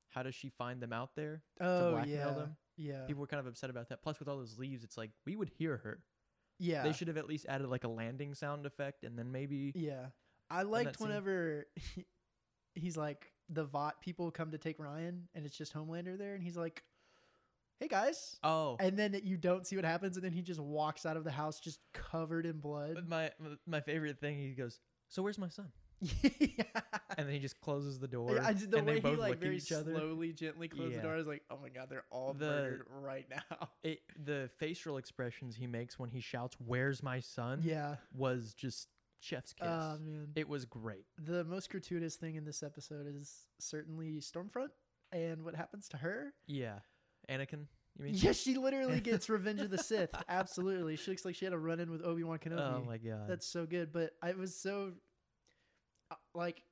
A: how does she find them out there to
B: oh
A: blackmail
B: yeah,
A: them?
B: yeah,
A: People were kind of upset about that. Plus, with all those leaves, it's like we would hear her.
B: yeah,
A: They should have at least added like a landing sound effect, and then maybe
B: yeah. I liked
A: that scene.
B: whenever he, he's like the Vought people come to take Ryan, and it's just Homelander there, and he's like, hey guys.
A: oh.
B: And then that you don't see what happens, and then he just walks out of the house just covered in blood.
A: My my favorite thing, he goes, "So where's my son?"
B: yeah.
A: And then he just closes the door,
B: Yeah, I did- the
A: and
B: way
A: they
B: he,
A: both
B: like,
A: look at
B: very
A: each other.
C: slowly, gently close
A: Yeah.
C: the door. I was like, oh my god, they're all
A: The-
C: murdered right now.
A: It, the facial expressions he makes when he shouts, "Where's my son?"
B: Yeah.
A: was just chef's kiss.
B: Oh man.
A: it was great.
B: the most gratuitous thing in this episode is certainly Stormfront and what happens to her.
A: Yeah. Anakin, you mean?
B: Yes, she literally gets Revenge of the Sith. Absolutely. She looks like she had a run in with Obi Wan Kenobi.
A: Oh my god.
B: That's so good. But I was so, uh, like,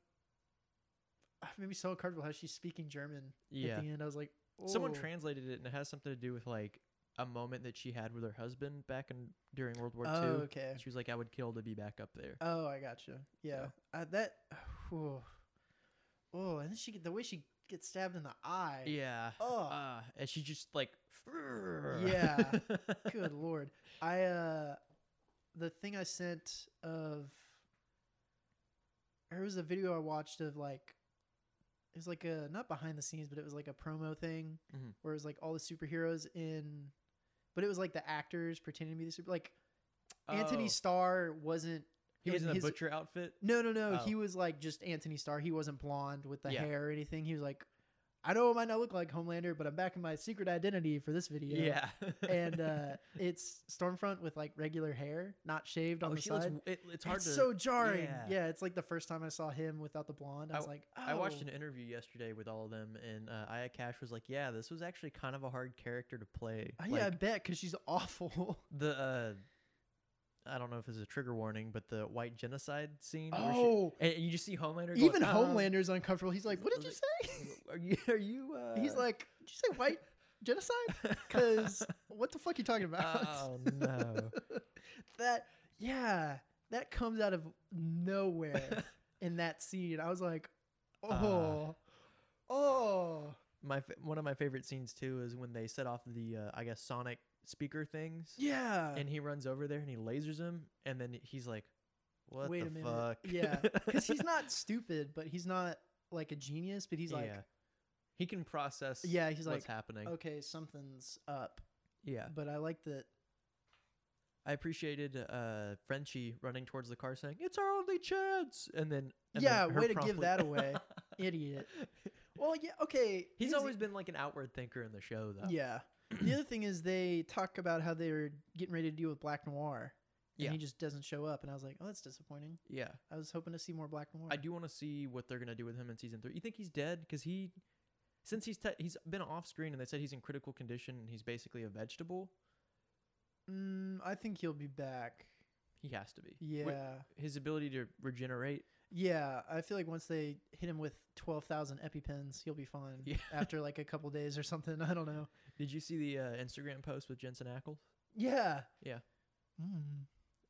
B: I made me so uncomfortable how she's speaking German
A: yeah.
B: at the end. I was like,
A: Someone
B: "Oh."
A: translated it and it has something to do with like a moment that she had with her husband back in during World War
B: Oh,
A: II.
B: okay.
A: She was like, I would kill to be back up there.
B: Oh, I gotcha. Yeah, Uh, that. Oh, oh, and then she get- the way she gets stabbed in the eye.
A: yeah.
B: Oh,
A: Ah, and she just like Oh.
B: Yeah. good lord i uh the thing i sent of there was a video i watched of like it was like a not behind the scenes but it was like a promo thing
A: Mhm.
B: where it was like all the superheroes in but it was like the actors pretending to be the super like
A: Oh,
B: anthony starr wasn't
A: He was
B: and
A: in a
B: his-
A: butcher outfit.
B: no no no
A: Oh.
B: he was like just anthony starr he wasn't blonde with the
A: Yeah.
B: hair or anything he was like I know it might not look like Homelander, but I'm back in my secret identity for this video.
A: Yeah.
B: and uh, it's Stormfront with like regular hair, not shaved on
A: oh,
B: the
A: she
B: side.
A: looks. It, it's hard
B: it's
A: to.
B: so jarring. Yeah.
A: yeah.
B: it's like the first time I saw him without the blonde. I was like, oh.
A: I watched an interview yesterday with all of them, and uh, Aya Cash was like, "Yeah, this was actually kind of a hard character to play."
B: Oh, yeah, I
A: Like,
B: bet because she's awful.
A: the uh, I don't know if it's a trigger warning, but the white genocide scene. where she-
B: oh,
A: and and you just see Homelander. Going,
B: even
A: "Uh,
B: Homelander's uncomfortable. He's like, what did you say?
A: Are you? Are you? Uh,
B: He's like, did you say white genocide? Because what the fuck you talking about?
A: Oh, no.
B: that yeah, that comes out of nowhere in that scene. I was like, oh,
A: Uh.
B: oh,
A: my fa- one of my favorite scenes too is when they set off the uh, I guess sonic speaker things.
B: yeah.
A: And he runs over there and he lasers him, and then he's like, "What
B: Wait
A: the
B: a minute.
A: fuck?"
B: Yeah, because he's not stupid, but he's not like a genius. But he's like,
A: Yeah. he can process.
B: yeah, he's like,
A: what's happening?
B: okay, something's up.
A: Yeah,
B: But I like that.
A: I appreciated uh Frenchie running towards the car saying, "It's our only chance," and then and then
B: yeah,
A: her
B: way to give
A: promptly-
B: that away, idiot. Well, yeah, okay.
A: He's
B: here's the-
A: always been like an outward thinker in the show, though.
B: Yeah. the other thing is they talk about how they were getting ready to deal with Black Noir. And
A: Yeah.
B: he just doesn't show up. And I was like, oh, that's disappointing.
A: yeah.
B: I was hoping to see more Black Noir.
A: I do want to see what they're gonna do with him in season three. You think he's dead? Because he, since he's te- he's been off screen, and they said he's in critical condition, and he's basically a vegetable.
B: Mm, I think he'll be back.
A: He has to be.
B: Yeah.
A: Wi- his ability to regenerate.
B: Yeah. I feel like once they hit him with 12,000 EpiPens, he'll be fine
A: Yeah.
B: after like a couple days or something. I don't know.
A: Did you see the uh, Instagram post with Jensen Ackles?
B: Yeah.
A: Yeah.
B: Mm,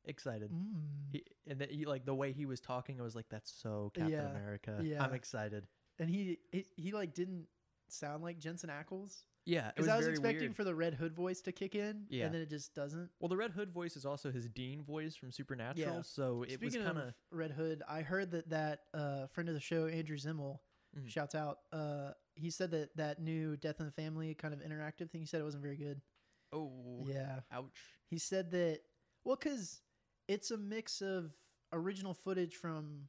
A: Excited.
B: mm.
A: He, and that he, like the way he was talking, I was like, "That's so Captain
B: Yeah,
A: America."
B: yeah.
A: I'm excited.
B: and he, he, he like didn't sound like Jensen Ackles.
A: Yeah, it
B: Because
A: was
B: I was
A: very
B: expecting
A: weird.
B: for the Red Hood voice to kick in.
A: Yeah.
B: And then it just doesn't.
A: well, the Red Hood voice is also his Dean voice from Supernatural,
B: Yeah.
A: so it
B: Speaking
A: was kind of
B: of Red Hood, I heard that that uh, friend of the show, Andrew Zimmel,
A: Mhm.
B: shouts out. Uh, he said that that new Death in the Family kind of interactive thing. He said it wasn't very good.
A: oh
B: Yeah,
A: ouch.
B: he said that. Well, because it's a mix of original footage from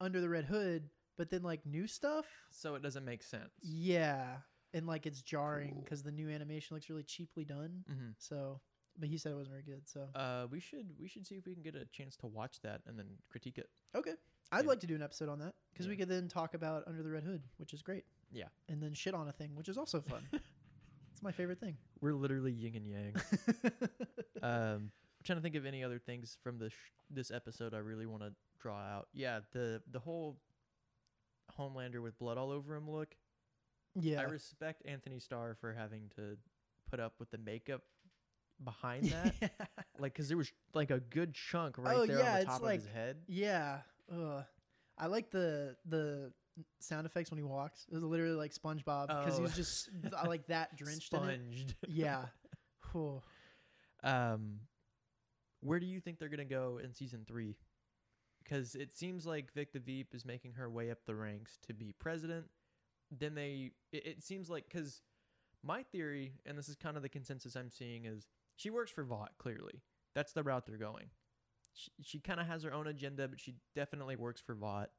B: Under the Red Hood, but then like new stuff.
A: So it doesn't make sense.
B: Yeah, and like it's jarring
A: Cool.
B: because the new animation looks really cheaply done.
A: hmm
B: So, but he said it wasn't very good. So
A: Uh, we should we should see if we can get a chance to watch that and then critique it.
B: Okay. I'd
A: Yeah.
B: like to do an episode on that because we
A: Yeah.
B: could then talk about Under the Red Hood, which is great.
A: Yeah.
B: And then shit on a thing, which is also fun. it's my favorite thing.
A: We're literally yin and yang. um, I'm trying to think of any other things from this sh- this episode I really want to draw out. Yeah, the the whole Homelander with blood all over him look.
B: yeah.
A: I respect Anthony Starr for having to put up with the makeup behind that.
B: yeah.
A: like, cause there was like a good chunk right
B: Oh,
A: there
B: yeah,
A: on the
B: it's
A: top of his
B: like-
A: head.
B: Yeah. Ugh. I like the the sound effects when he walks. It was literally like SpongeBob because he was
A: Oh.
B: just I like that drenched in it.
A: Sponged.
B: Yeah. Whew.
A: Um, where do you think they're gonna go in season three? Because it seems like Vic the Veep is making her way up the ranks to be president. Then they, it, it seems like because my theory, and this is kind of the consensus I'm seeing, is she works for Vought. Clearly, that's the route they're going. She, she kind of has her own agenda, but she definitely works for Vought,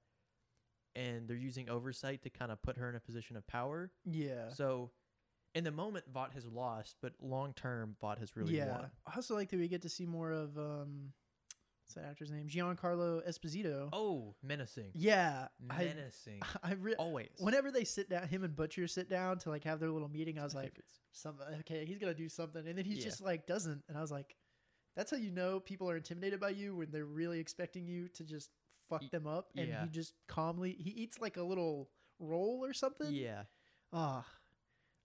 A: and they're using oversight to kind of put her in a position of power.
B: Yeah.
A: So, in the moment, Vought has lost, but long term, Vought has really
B: yeah.
A: won.
B: I also like that we get to see more of um what's that actor's name? Giancarlo Esposito.
A: Oh, menacing.
B: Yeah. I-
A: Menacing.
B: I re-
A: Always.
B: whenever they sit down, him and Butcher sit down to like have their little meeting. I was like,
A: It's-
B: some okay, he's gonna do something, and then he
A: Yeah.
B: just like doesn't, and I was like, that's how you know people are intimidated by you when they're really expecting you to just fuck
A: Y-
B: them up, and
A: yeah.
B: he just calmly he eats like a little roll or something.
A: yeah.
B: Ah,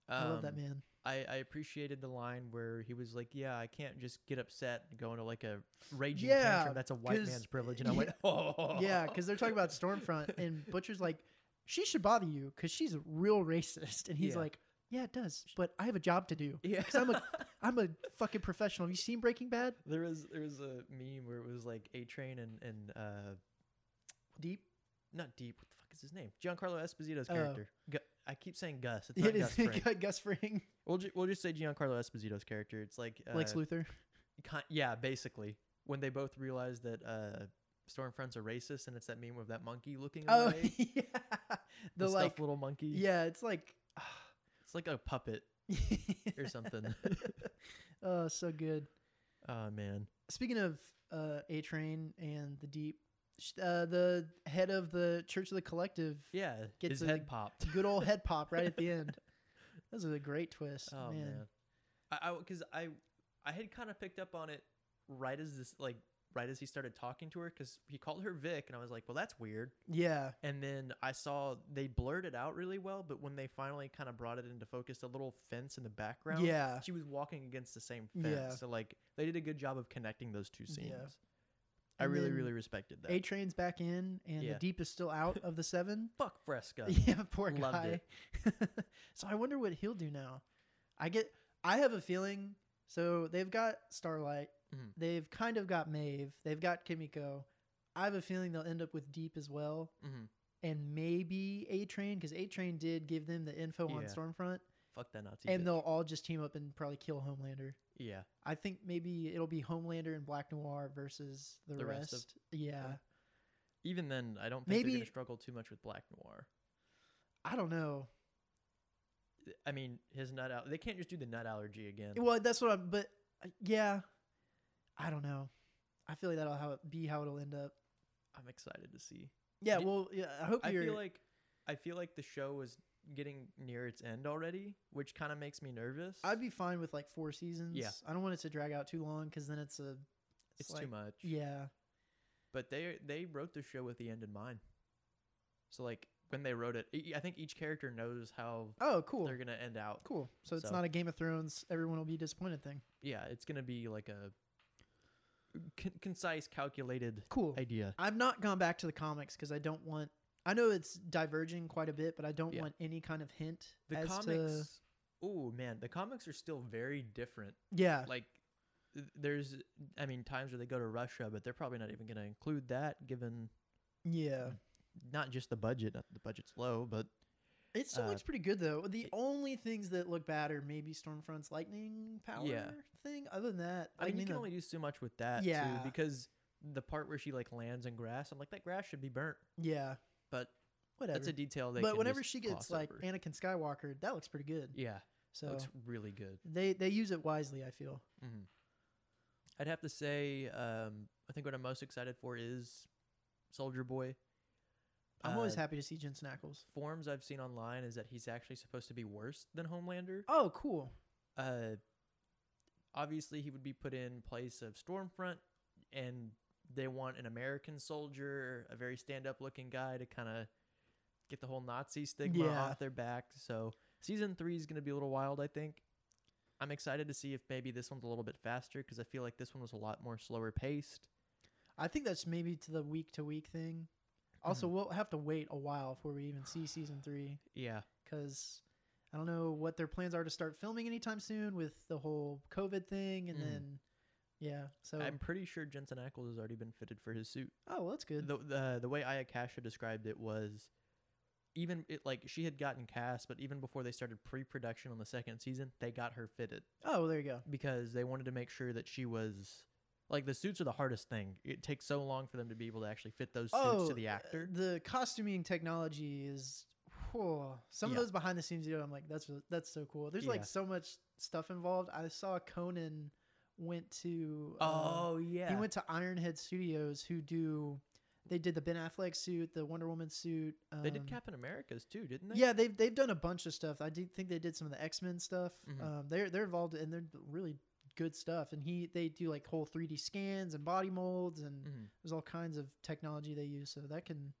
B: I love that
A: Um,
B: man.
A: I, I appreciated the line where he was like, "Yeah, I can't just get upset and go into like a raging
B: Yeah,
A: tantrum. That's a white
B: 'cause-
A: man's privilege." And I
B: yeah.
A: went, "Oh,
B: Yeah, because they're talking about Stormfront, and Butcher's like, she should bother you because she's a real racist, and he's
A: Yeah.
B: like, yeah, it does, but I have a job to do.
A: yeah."
B: 'Cause I'm a I'm a fucking professional. Have you seen Breaking Bad?
A: there was there was a meme where it was like A Train and and uh
B: Deep.
A: not Deep. What the fuck is his name? Giancarlo Esposito's
B: Oh.
A: character. Gu- I keep saying Gus. It's not
B: It is
A: Gus. Fring.
B: Gus Fring,
A: we'll ju- we'll just say Giancarlo Esposito's character. It's like uh,
B: Lex Luthor.
A: Ki yeah, basically. When they both realize that uh, Stormfront's a racist, and it's that meme of that monkey looking
B: Oh
A: away,
B: yeah, the,
A: the, stuffed
B: like
A: little monkey.
B: yeah, it's like
A: It's like a puppet or something.
B: oh, so good.
A: oh man.
B: Speaking of uh, A Train and the Deep, sh- uh, the head of the Church of the Collective,
A: Yeah.
B: Gets
A: his
B: a-
A: head popped.
B: good old head pop right at the end. That was a great twist.
A: Oh
B: man.
A: man, I because I, I had kind of picked up on it right as this like right as he started talking to her because he called her Vic and I was like, well that's weird.
B: Yeah.
A: And then I saw they blurred it out really well, but when they finally kind of brought it into focus, a little fence in the background.
B: Yeah.
A: she was walking against the same fence.
B: Yeah.
A: So like they did a good job of connecting those two scenes.
B: Yeah.
A: I
B: And
A: really
B: then
A: really respected that.
B: A Train's back in, and the
A: Yeah.
B: Deep is still out of the seven.
A: Fuck Fresca.
B: yeah, poor
A: Loved
B: guy. so I wonder what he'll do now. I get. I have a feeling. So they've got Starlight.
A: Mhm.
B: They've kind of got Maeve. They've got Kimiko. I have a feeling they'll end up with Deep as well,
A: hmm
B: and maybe A Train because A Train did give them the info on
A: Yeah.
B: Stormfront,
A: Fuck that Nazi.
B: and
A: bitch.
B: they'll all just team up and probably kill Homelander.
A: yeah.
B: I think maybe it'll be Homelander and Black Noir versus the,
A: The
B: rest.
A: rest of-
B: yeah.
A: Even then, I don't think they're
B: Maybe-
A: gonna struggle too much with Black Noir.
B: I don't know.
A: I mean, his nut out. They can't just do the nut allergy again.
B: Well, that's what I'm. But uh, yeah, I don't know. I feel like that'll how it, be how it'll end up.
A: I'm excited to see.
B: Yeah.
A: Do-
B: Well, yeah. I hope
A: I
B: you're.
A: feel like I feel like the show is getting near its end already, which kind of makes me nervous.
B: I'd be fine with like four seasons. I don't want it to drag out too long because then it's a.
A: it's too
B: like-
A: much.
B: Yeah.
A: But they they wrote the show with the end in mind. So like when they wrote it, e- I think each character knows how
B: Oh, cool.
A: they're gonna end out.
B: Cool. So it's
A: So-
B: not a Game of Thrones. Everyone will be disappointed thing.
A: Yeah, it's gonna be like a con- concise, calculated
B: Cool.
A: idea.
B: I've not gone back to the comics because I don't want. I know it's diverging quite a bit, but I don't
A: Yeah.
B: want any kind of hint
A: The
B: as to.
A: comics. Oh man, the comics are still very different.
B: Yeah.
A: like th- there's i mean times where they go to russia but they're probably not even going to include that given
B: Yeah.
A: not just the budget not that the budget's low but
B: It still
A: Uh,
B: looks pretty good though. The
A: it-
B: only things that look bad are maybe Stormfront's lightning power
A: Yeah.
B: thing. Other than that,
A: i
B: uh,
A: mean you can
B: the-
A: only do so much with that
B: Yeah.
A: too because the part where she like lands in grass i'm like that grass should be burnt
B: yeah,
A: but
B: whatever.
A: that's a detail they
B: but
A: can
B: whenever
A: just
B: she gets
A: gloss
B: like
A: over.
B: Anakin Skywalker, that looks pretty good.
A: yeah
B: So
A: looks really good
B: they they use it wisely. I feel.
A: hmm i'd have to say um i think what i'm most excited for is soldier boy
B: I'm always
A: Uh,
B: happy to see Jensen Ackles.
A: forms i've seen online is that he's actually supposed to be worse than homelander
B: Oh, cool.
A: uh, obviously he would be put in place of Stormfront, and they want an American soldier, a very stand-up looking guy to kind of get the whole Nazi stigma
B: Yeah.
A: off their back. So season three is going to be a little wild, I think. I'm excited to see if maybe this one's a little bit faster because I feel like this one was a lot more slower paced.
B: I think that's maybe to the week to week thing. Also,
A: Hmm.
B: we'll have to wait a while before we even see season three
A: Yeah,
B: because I don't know what their plans are to start filming anytime soon with the whole COVID thing, and
A: Mhm.
B: then yeah. So
A: I'm pretty sure Jensen Ackles has already been fitted for his suit.
B: Oh, well, that's good.
A: the the the way Ayakasha described it was even it like she had gotten cast, but even before they started pre-production on the second season, they got her fitted
B: oh, well, there you go.
A: because they wanted to make sure that she was like the suits are the hardest thing. It takes so long for them to be able to actually fit those suits
B: Oh,
A: to the actor.
B: uh, the costuming technology is. whoa. Some
A: Yeah.
B: of those behind the scenes video, I'm like, that's what- that's so cool. There's like
A: Yeah.
B: so much stuff involved. I saw Conan went to. uh,
A: Oh, yeah,
B: He went to Ironhead Studios, who do. They did the Ben Affleck suit, the Wonder Woman suit. Um,
A: they did Captain America's too, didn't they?
B: Yeah, they've they've done a bunch of stuff. I do think they did some of the X Men stuff.
A: Mhm.
B: Um, they're they're involved and they're really good stuff. And he they do like whole 3D scans and body molds and
A: Mhm.
B: there's all kinds of technology they use. So that can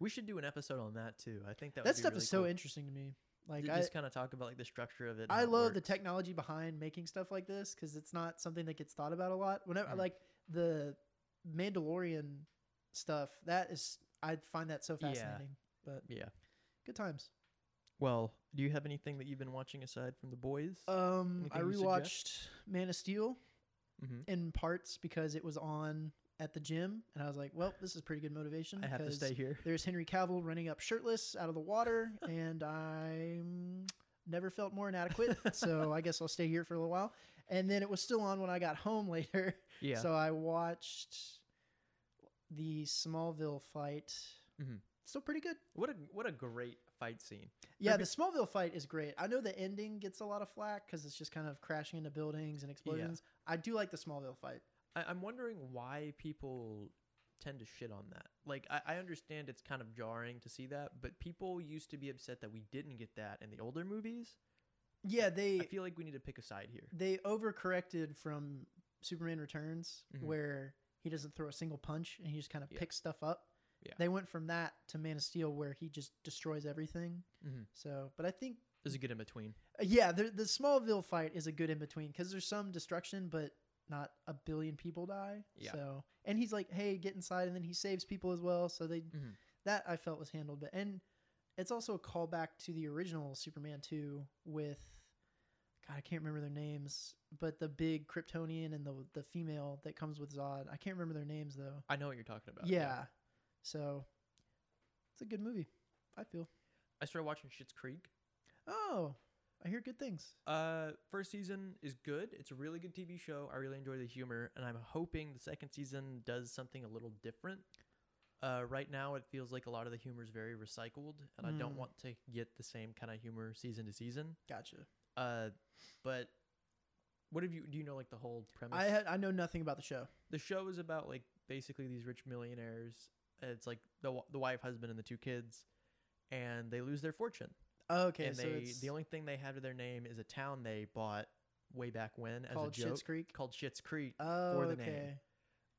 A: We should do an episode on that too. I think that
B: that,
A: would be
B: stuff
A: really
B: is so
A: cool.
B: interesting to me. Like
A: To
B: I
A: just kind of talk about like the structure of it. and
B: I
A: how it
B: love the
A: works.
B: technology behind making stuff like this because it's not something that gets thought about a lot. Whenever
A: Mm.
B: like the Mandalorian stuff, that is I find that so
A: Yeah.
B: fascinating. But
A: yeah.
B: good times.
A: Well, do you have anything that you've been watching aside from the boys?
B: Um, I
A: Anything you
B: rewatched Man of Steel.
A: mm-hmm.
B: in parts because it was on at the gym, and I was like, "Well, this is pretty good motivation."
A: I have to
B: because
A: stay here.
B: There's Henry Cavill running up shirtless out of the water, and I never felt more inadequate. so I guess I'll stay here for a little while. And then it was still on when I got home later,
A: Yeah.
B: so I watched the Smallville fight
A: Mhm.
B: Still pretty good.
A: What a what a great fight scene.
B: Yeah,
A: Maybe-
B: the Smallville fight is great. I know the ending gets a lot of flack because it's just kind of crashing into buildings and explosions. I do like the Smallville fight.
A: I, I'm wondering why people tend to shit on that. Like, I, I understand it's kind of jarring to see that, but people used to be upset that we didn't get that in the older movies.
B: Yeah,
A: I
B: they
A: feel like we need to pick a side here.
B: they overcorrected from Superman Returns
A: Mhm.
B: where he doesn't throw a single punch and he just kind of
A: Yeah.
B: picks stuff up.
A: Yeah.
B: They went from that to Man of Steel where he just destroys everything.
A: Mhm.
B: So, but I think
A: There's a good in between.
B: Uh, Yeah, the, the Smallville fight is a good in between because there's some destruction, but not a billion people die.
A: Yeah.
B: So, and he's like, "Hey, get inside," and then he saves people as well. So they
A: Mhm.
B: that I felt was handled, but and it's also a callback to the original Superman two with God, I can't remember their names, but the big Kryptonian and the the female that comes with Zod. I can't remember their names though.
A: I know what you're talking about.
B: yeah. So it's a good movie. I feel.
A: I started watching Shit's Creek.
B: Oh, I hear good things.
A: Uh, first season is good. It's a really good TV show. I really enjoy the humor, and I'm hoping the second season does something a little different. Uh, right now, it feels like a lot of the humor is very recycled, and I don't
B: Mm.
A: want to get the same kind of humor season to season.
B: Gotcha.
A: Uh, but what have you? Do you know like the whole premise?
B: I had I know nothing about the show.
A: the show is about like basically these rich millionaires. It's like the w- the wife, husband, and the two kids, and they lose their fortune.
B: Okay,
A: and
B: so
A: they
B: it's
A: the only thing they have to their name is a town they bought way back when as a
B: called
A: joke
B: Shit's Creek.
A: called Shit's Creek.
B: Oh,
A: the
B: okay.
A: name.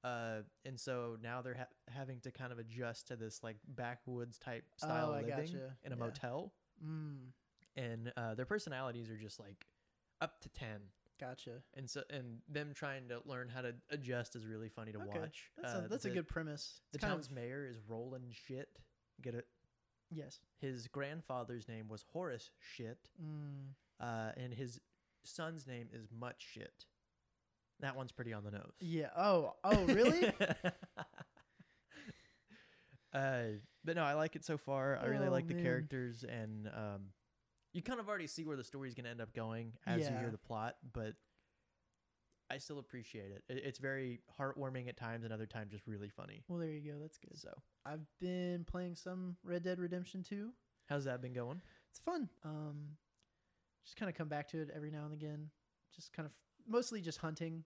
A: Uh, and so now they're ha- having to kind of adjust to this like backwoods type style
B: Oh, I
A: of living
B: gotcha.
A: in a
B: Yeah.
A: motel,
B: Mm,
A: and uh, their personalities are just like up to ten.
B: gotcha.
A: And so, and them trying to learn how to adjust is really funny to
B: Okay,
A: watch.
B: That's,
A: Uh,
B: a, that's
A: the,
B: a good premise.
A: The
B: It's kind
A: town's
B: of-
A: mayor is Roland Shit. Get it?
B: Yes.
A: His grandfather's name was Horace Shit.
B: Mm,
A: uh, and his son's name is Much Shit. That one's pretty on the nose.
B: yeah. Oh. Oh, really?
A: uh, but no, I like it so far. I really
B: Oh,
A: like the
B: man.
A: characters, and um, you kind of already see where the story's going to end up going as you
B: Yeah.
A: hear the plot, but. I still appreciate it. It- It's very heartwarming at times, and other times just really funny.
B: well, there you go. That's good.
A: So,
B: I've been playing some Red Dead Redemption 2.
A: how's that been going?
B: It's fun. Um, just kind of come back to it every now and again. Just kind of mostly just hunting.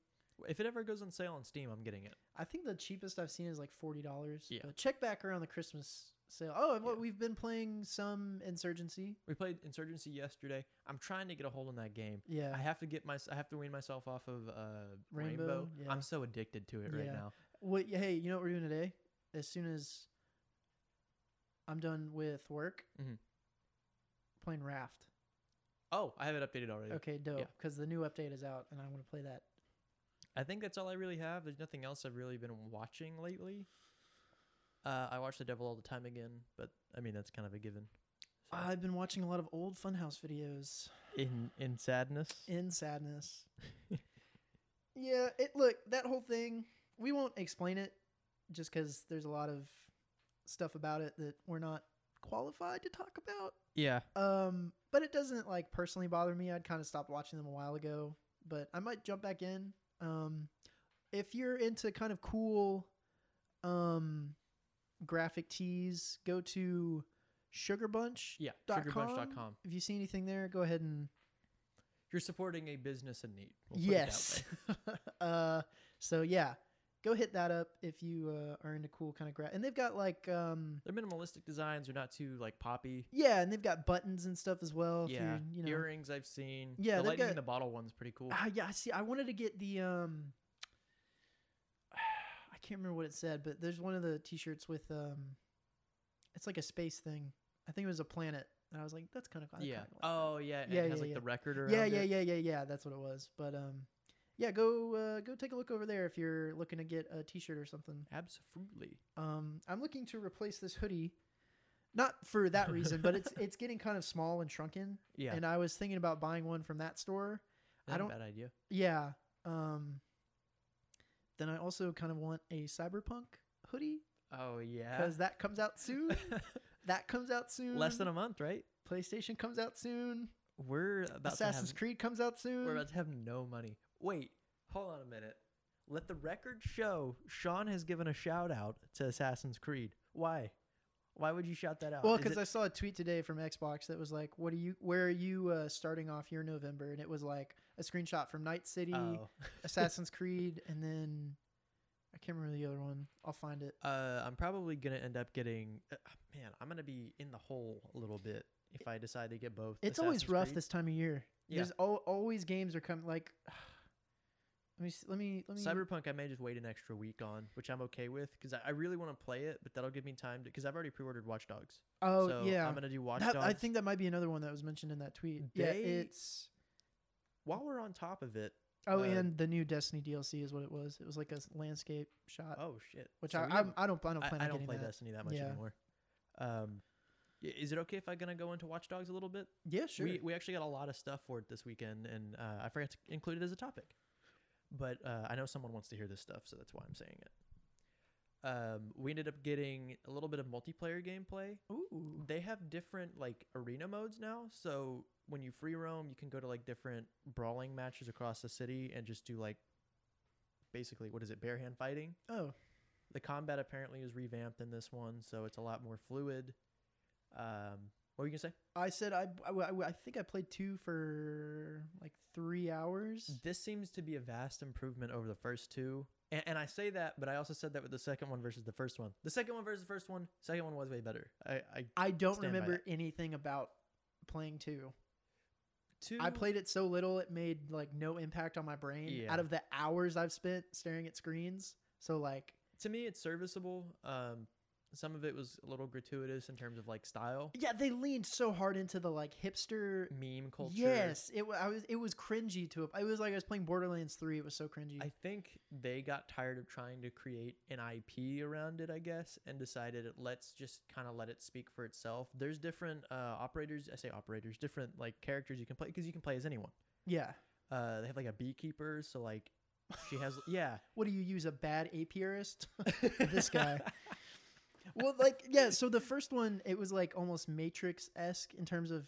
A: If it ever goes on sale on Steam, I'm getting it.
B: I think the cheapest I've seen is like forty dollars.
A: Yeah.
B: But check back around the Christmas sale. Oh, and what
A: Yeah.
B: we've been playing some Insurgency.
A: We played Insurgency yesterday. I'm trying to get a hold on that game.
B: Yeah.
A: I have to get my I have to wean myself off of uh, Rainbow.
B: Rainbow, yeah.
A: I'm so addicted to it right
B: Yeah.
A: now.
B: What? Hey, you know what we're doing today? As soon as I'm done with work,
A: Mhm.
B: playing Raft.
A: Oh, I have it updated already.
B: Okay,
A: Yeah.
B: dope. Because the new update is out, and I'm gonna play that.
A: I think that's all I really have. There's nothing else I've really been watching lately. Uh, I watch The Devil all the time again, but I mean that's kind of a given. So,
B: I've been watching a lot of old Funhouse videos
A: in in sadness,
B: in sadness. yeah, it look that whole thing. We won't explain it, just because there's a lot of stuff about it that we're not qualified to talk about.
A: yeah,
B: Um, but it doesn't like personally bother me. I'd kind of stopped watching them a while ago, but I might jump back in. Um, if you're into kind of cool, um, graphic tees, go to sugarbunch.
A: yeah.
B: Dot
A: Sugarbush.com.
B: If you see anything there, go ahead and
A: You're supporting a business in need. We'll put it that
B: yes.
A: way.
B: uh, so yeah, go hit that up if you uh, are into cool kind of graph. And they've got like um,
A: Their minimalistic designs are not too like poppy.
B: yeah, and they've got buttons and stuff as well. if
A: yeah,
B: you're, you know,
A: earrings I've seen.
B: Yeah,
A: the
B: they've
A: lightning in
B: got-
A: the bottle one's pretty cool.
B: Ah, yeah. See, I wanted to get the um, I can't remember what it said, but there's one of the T-shirts with um, it's like a space thing. I think it was a planet, and I was like, that's kind of
A: yeah.
B: Like
A: Oh yeah, and
B: Yeah,
A: it has
B: yeah,
A: like
B: yeah.
A: the record
B: that.
A: around
B: yeah,
A: it.
B: yeah, yeah, yeah, yeah. That's what it was. But um, yeah, go uh, go take a look over there if you're looking to get a T-shirt or something.
A: Absolutely.
B: Um, I'm looking to replace this hoodie, not for that reason, but it's it's getting kind of small and shrunken,
A: Yeah.
B: and I was thinking about buying one from that store.
A: Not
B: I don't
A: a bad idea.
B: Yeah. Um then I also kind of want a cyberpunk hoodie
A: Oh yeah.
B: because that comes out soon. that comes out soon.
A: Less than a month, right?
B: PlayStation comes out soon.
A: We're about
B: Assassin's
A: to
B: Creed comes out soon.
A: have, we're about to have no money. Wait, hold on a minute. Let the record show Sean has given a shout out to Assassin's Creed. Why? Why would you shout that out?
B: Well,
A: Is
B: because
A: it-
B: I saw a tweet today from Xbox that was like, "What are you? Where are you uh, starting off your November?" And it was like a screenshot from Night City,
A: Oh.
B: Assassin's Creed, and then I can't remember the other one. I'll find it.
A: Uh, I'm probably gonna end up getting. Uh, man, I'm gonna be in the hole a little bit if I decide to get both.
B: It's always
A: Assassin's
B: rough
A: Creed.
B: this time of year.
A: Yeah.
B: There's al- always games are coming. Like, let me s- let me let me.
A: Cyberpunk, I may just wait an extra week on, which I'm okay with because I, I really want to play it, but that'll give me time because I've already pre-ordered Watch Dogs.
B: oh
A: so
B: yeah,
A: I'm gonna do Watch
B: That-
A: Dogs.
B: I think that might be another one that was mentioned in that tweet. yeah,
A: They-
B: it's
A: while we're on top of it.
B: oh,
A: uh,
B: and the new Destiny DLC is what it was. It was like a s- landscape shot,
A: Oh shit!
B: Uh, which
A: So
B: I,
A: we
B: I'm-
A: didn't-
B: I don't I don't
A: I,
B: plan
A: I
B: on
A: don't
B: getting
A: play
B: that.
A: Destiny that much
B: Yeah.
A: anymore. Um, y- is it okay if I'm gonna go into Watch Dogs a little bit?
B: Yeah, sure.
A: We, we actually got a lot of stuff for it this weekend, and uh, I forgot to include it as a topic. But uh, I know someone wants to hear this stuff, so that's why I'm saying it. Um, we ended up getting a little bit of multiplayer gameplay.
B: Ooh.
A: They have different like arena modes now, so when you free roam, you can go to like different brawling matches across the city and just do like basically what is it, bare hand fighting.
B: Oh,
A: The combat apparently is revamped in this one, so it's a lot more fluid. Um, what were you gonna say?
B: I said I, I, I- I think I played two for like three hours.
A: This seems to be a vast improvement over the first two. And, and I say that, but I also said that with the second one versus the first one. The second one versus the first one, second one was way better. I, I
B: I don't
A: Stand by
B: remember anything about playing two.
A: two
B: I played it so little it made like no impact on my brain.
A: Yeah.
B: Out of the hours I've spent staring at screens, so like
A: to me it's serviceable. Um some of it was a little gratuitous in terms of like style,
B: yeah, they leaned so hard into the like hipster.
A: meme culture.
B: Yes, it wa- I was it was cringy to a, it was like I was playing Borderlands three. It was so cringy.
A: I think they got tired of trying to create an IP around it, I guess, and decided it- let's just kind of let it speak for itself. There's different uh, operators. I say operators, different like characters you can play because you can play as anyone.
B: yeah,
A: Uh, they have like a beekeeper, so like she has yeah.
B: what do you use a bad apiarist? This guy. well, like yeah. So the first one, it was like almost Matrix esque in terms of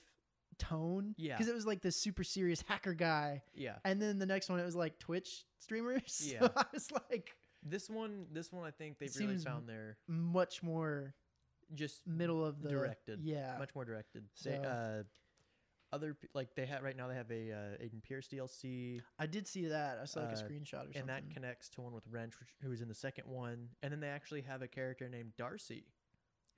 B: tone.
A: Yeah.
B: because it was like this super serious hacker guy,
A: yeah.
B: and then the next one it was like Twitch streamers. So
A: Yeah.
B: I was like
A: This one, this one, I think they've really
B: Seems
A: found their
B: much more
A: just
B: middle of the
A: Directed.
B: Yeah,
A: much more directed. They,
B: So-
A: uh, other p- like they have right now, they have a uh, Aiden Pierce DLC,
B: I did see that. I saw like a
A: Uh,
B: screenshot or something.
A: and that connects to one with Wrench, which- who was in the second one, and then they actually have a character named Darcy,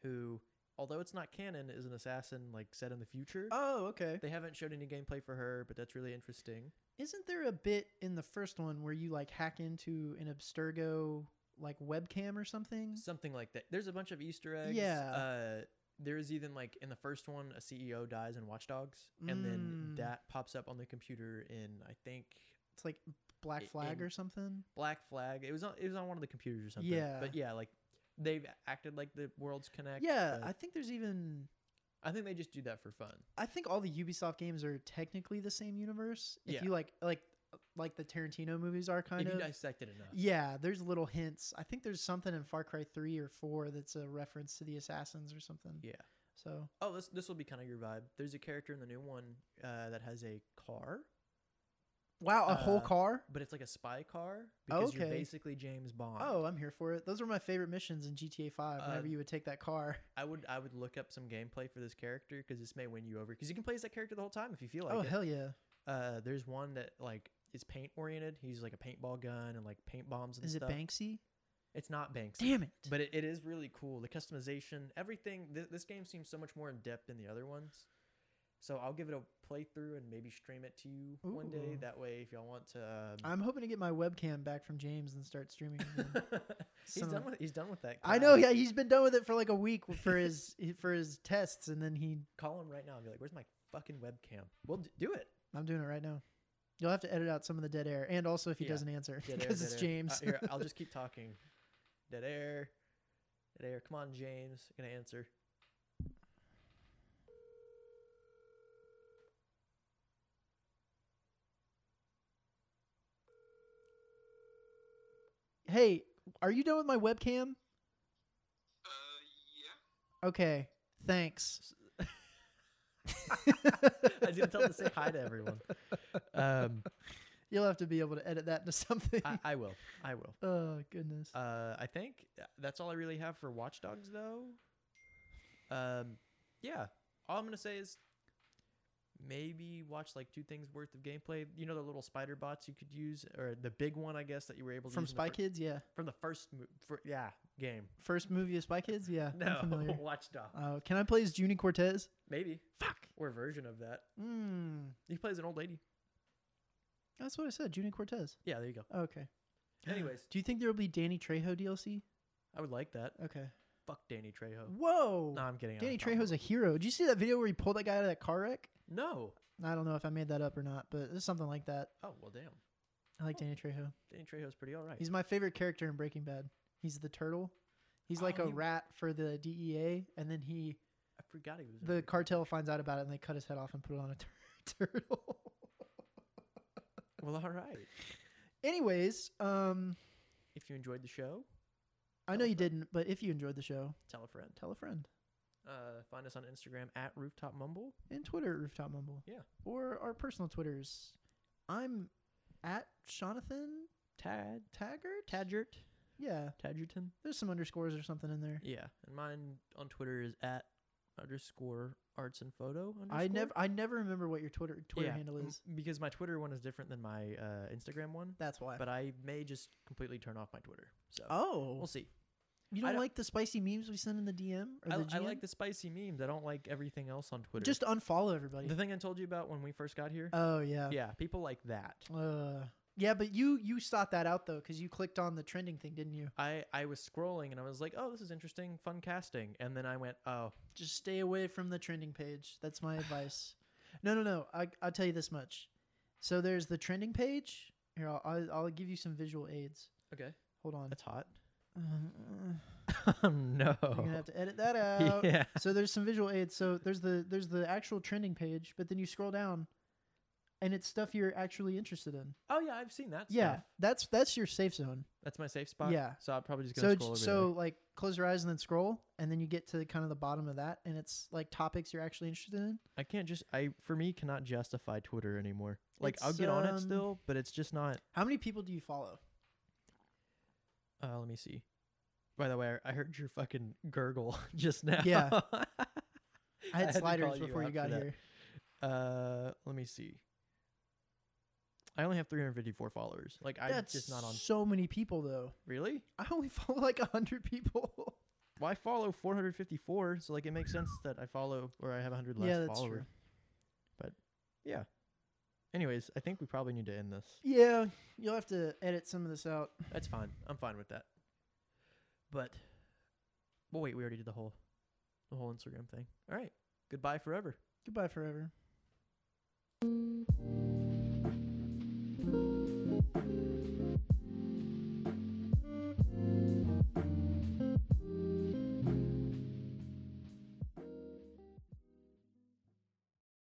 A: who, although it's not canon, is an assassin like set in the future.
B: oh, okay.
A: They haven't showed any gameplay for her, but that's really interesting.
B: Isn't there a bit in the first one where you like hack into an Abstergo like webcam or something?
A: something like that. There's a bunch of Easter eggs.
B: Mm-hmm. Yeah.
A: Uh, there is even like in the first one, a CEO dies in Watch Dogs, and then
B: Mm.
A: that pops up on the computer in I think
B: It's like
A: I-
B: Black Flag
A: in-
B: or something.
A: Black Flag. It was on it was on one of the computers or something.
B: Yeah.
A: But yeah, like they've acted like the worlds connect.
B: Yeah,
A: but
B: I think there's even.
A: I, think they just do that for fun.
B: I think all the Ubisoft games are technically the same universe. If
A: Yeah.
B: you like, like, like the Tarantino movies are kind
A: if you
B: of.
A: dissect it enough.
B: yeah, there's little hints. I think there's something in Far Cry three or four that's a reference to the assassins or something.
A: Yeah.
B: So
A: Oh, this this will be kind of your vibe. There's a character in the new one uh, that has a car,
B: wow, a whole
A: Uh,
B: car.
A: but it's like a spy car because you're
B: Okay.
A: basically James Bond.
B: Oh, I'm here for it. Those were my favorite missions in GTA 5
A: Uh,
B: whenever you would take that car.
A: I would I would look up some gameplay for this character because this may win you over because you can play as that character the whole time if you feel like
B: oh,
A: it.
B: hell yeah.
A: Uh, there's one that like is paint oriented. He's like a paintball gun and like paint bombs and
B: Is it
A: stuff.
B: Banksy?
A: It's not Banks,
B: Damn it.
A: but it, it is really cool. The customization, everything. Th- this game seems so much more in depth than the other ones. So I'll give it a playthrough and maybe stream it to you one day.
B: Ooh.
A: That way, if y'all want to, um,
B: I'm hoping to get my webcam back from James and start streaming. again.
A: he's
B: Son
A: done
B: of-
A: with he's done with that.
B: I know, yeah, he's been done with it for like a week for his for his tests and then he
A: Call him right now and be like, "Where's my fucking webcam?" Well, d- do it.
B: I'm doing it right now. You'll have to edit out some of the dead air and also if he
A: Yeah.
B: doesn't answer
A: Dead air,
B: because
A: dead
B: it's
A: air.
B: James.
A: Uh, here, I'll just keep talking. Dead air. Dead air. Come on, James. You're gonna answer.
B: hey, are you done with my webcam?
D: Uh, yeah.
B: Okay. Thanks.
A: I didn't tell him to say hi to everyone. Um,
B: You'll have to be able to edit that into something.
A: I, I will. I will.
B: oh goodness.
A: Uh, I think that's all I really have for Watch Dogs, though. Um, yeah. All I'm gonna say is maybe watch like two things worth of gameplay. You know the little spider bots you could use, or the big one, I guess, that you were able to
B: From
A: use in
B: Spy
A: the fir-
B: Kids, yeah.
A: from the first mo- fir- yeah game.
B: First movie of Spy Kids, yeah.
A: No,
B: I'm familiar.
A: Watch Dogs.
B: Uh, can I play as Junie Cortez?
A: maybe
B: Fuck.
A: or a version of that.
B: Mm,
A: He plays an old lady.
B: that's what I said. Junie Cortez.
A: Yeah, there you go.
B: Okay.
A: Anyways,
B: Do you think there will be Danny Trejo DLC?
A: I would like that.
B: Okay.
A: Fuck Danny Trejo.
B: Whoa.
A: No, I'm kidding. I'm
B: Danny
A: not talking
B: Trejo's a
A: about-
B: hero. Did you see that video where he pulled that guy out of that car wreck?
A: no.
B: I don't know if I made that up or not, but it's something like that.
A: Oh well, damn.
B: I like Danny Trejo.
A: Danny Trejo's pretty all right.
B: He's my favorite character in Breaking Bad. He's the turtle. He's like
A: Oh,
B: a
A: he-
B: rat for the DEA, and then he
A: I forgot he was in
B: the
A: it.
B: cartel finds out about it and they cut his head off and put it on a tur- turtle.
A: Well, all right.
B: Anyways, um,
A: If you enjoyed the show,
B: I know you didn't, but if you enjoyed the show,
A: tell a friend.
B: tell a friend.
A: Uh, find us on Instagram at Rooftop Mumble.
B: And Twitter at Rooftop Mumble.
A: Yeah.
B: Or our personal Twitters. I'm at Jonathan
A: Tad
B: Taggart.
A: Tadgert
B: Yeah.
A: Tadgerton.
B: There's some underscores or something in there.
A: Yeah, and mine on Twitter is at underscore arts and photo. Underscore?
B: I never I never remember what your Twitter Twitter
A: Yeah, Mm-hmm.
B: handle
A: m-
B: is.
A: because my Twitter one is different than my uh, Instagram one.
B: That's why.
A: But I may just completely turn off my Twitter. So
B: oh.
A: we'll see. I
B: you don't
A: don't-
B: like the spicy memes we send in the DM or
A: I,
B: the
A: li- I
B: GM?
A: like the spicy memes. I don't like everything else on Twitter.
B: Just unfollow everybody.
A: the thing I told you about when we first got here.
B: oh yeah.
A: yeah, people like that.
B: Uh, yeah, but you you sought that out though because you clicked on the trending thing, didn't you?
A: I, I was scrolling and I was like, oh, this is interesting, fun casting. And then I went, oh,
B: Just stay away from the trending page. That's my advice. No, no, no. I I'll tell you this much. So there's the trending page. Here, I'll I'll, I'll give you some visual aids.
A: okay,
B: Hold on.
A: that's hot.
B: Uh,
A: oh, no.
B: you're gonna have to edit that out.
A: Oh. yeah.
B: So there's some visual aids. So there's the there's the actual trending page, but then you scroll down, and it's stuff you're actually interested in.
A: Oh yeah, I've seen that.
B: Yeah,
A: stuff.
B: that's that's your safe zone.
A: that's my safe spot.
B: Yeah.
A: So I'm probably just gonna
B: so
A: scroll
B: j-
A: over
B: so like close your eyes and then scroll and then you get to kind of the bottom of that and it's like topics you're actually interested in
A: there. I can't just I for me cannot justify Twitter anymore. Like I'll
B: It's,
A: get on
B: um,
A: it still, but it's just not.
B: how many people do you follow
A: Uh, let me see. By the way, I, I heard your fucking gurgle just now.
B: Yeah.
A: I
B: i had
A: had to
B: sliders
A: call you
B: before you
A: out
B: got
A: for that.
B: here
A: uh, let me see. I only have 354 followers. Like I'm
B: that's
A: just not on.
B: so many people though
A: Really?
B: i only follow like 100 people
A: Well, I follow 454, so like it makes sense that I follow or I have 100 less
B: yeah that's
A: followers.
B: true
A: Anyways, I think we probably need to end this.
B: yeah you'll have to edit some of this out
A: That's fine. I'm fine with that. But well, wait, we already did the whole the whole Instagram thing. All right. Goodbye forever.
B: goodbye forever
E: Thank you.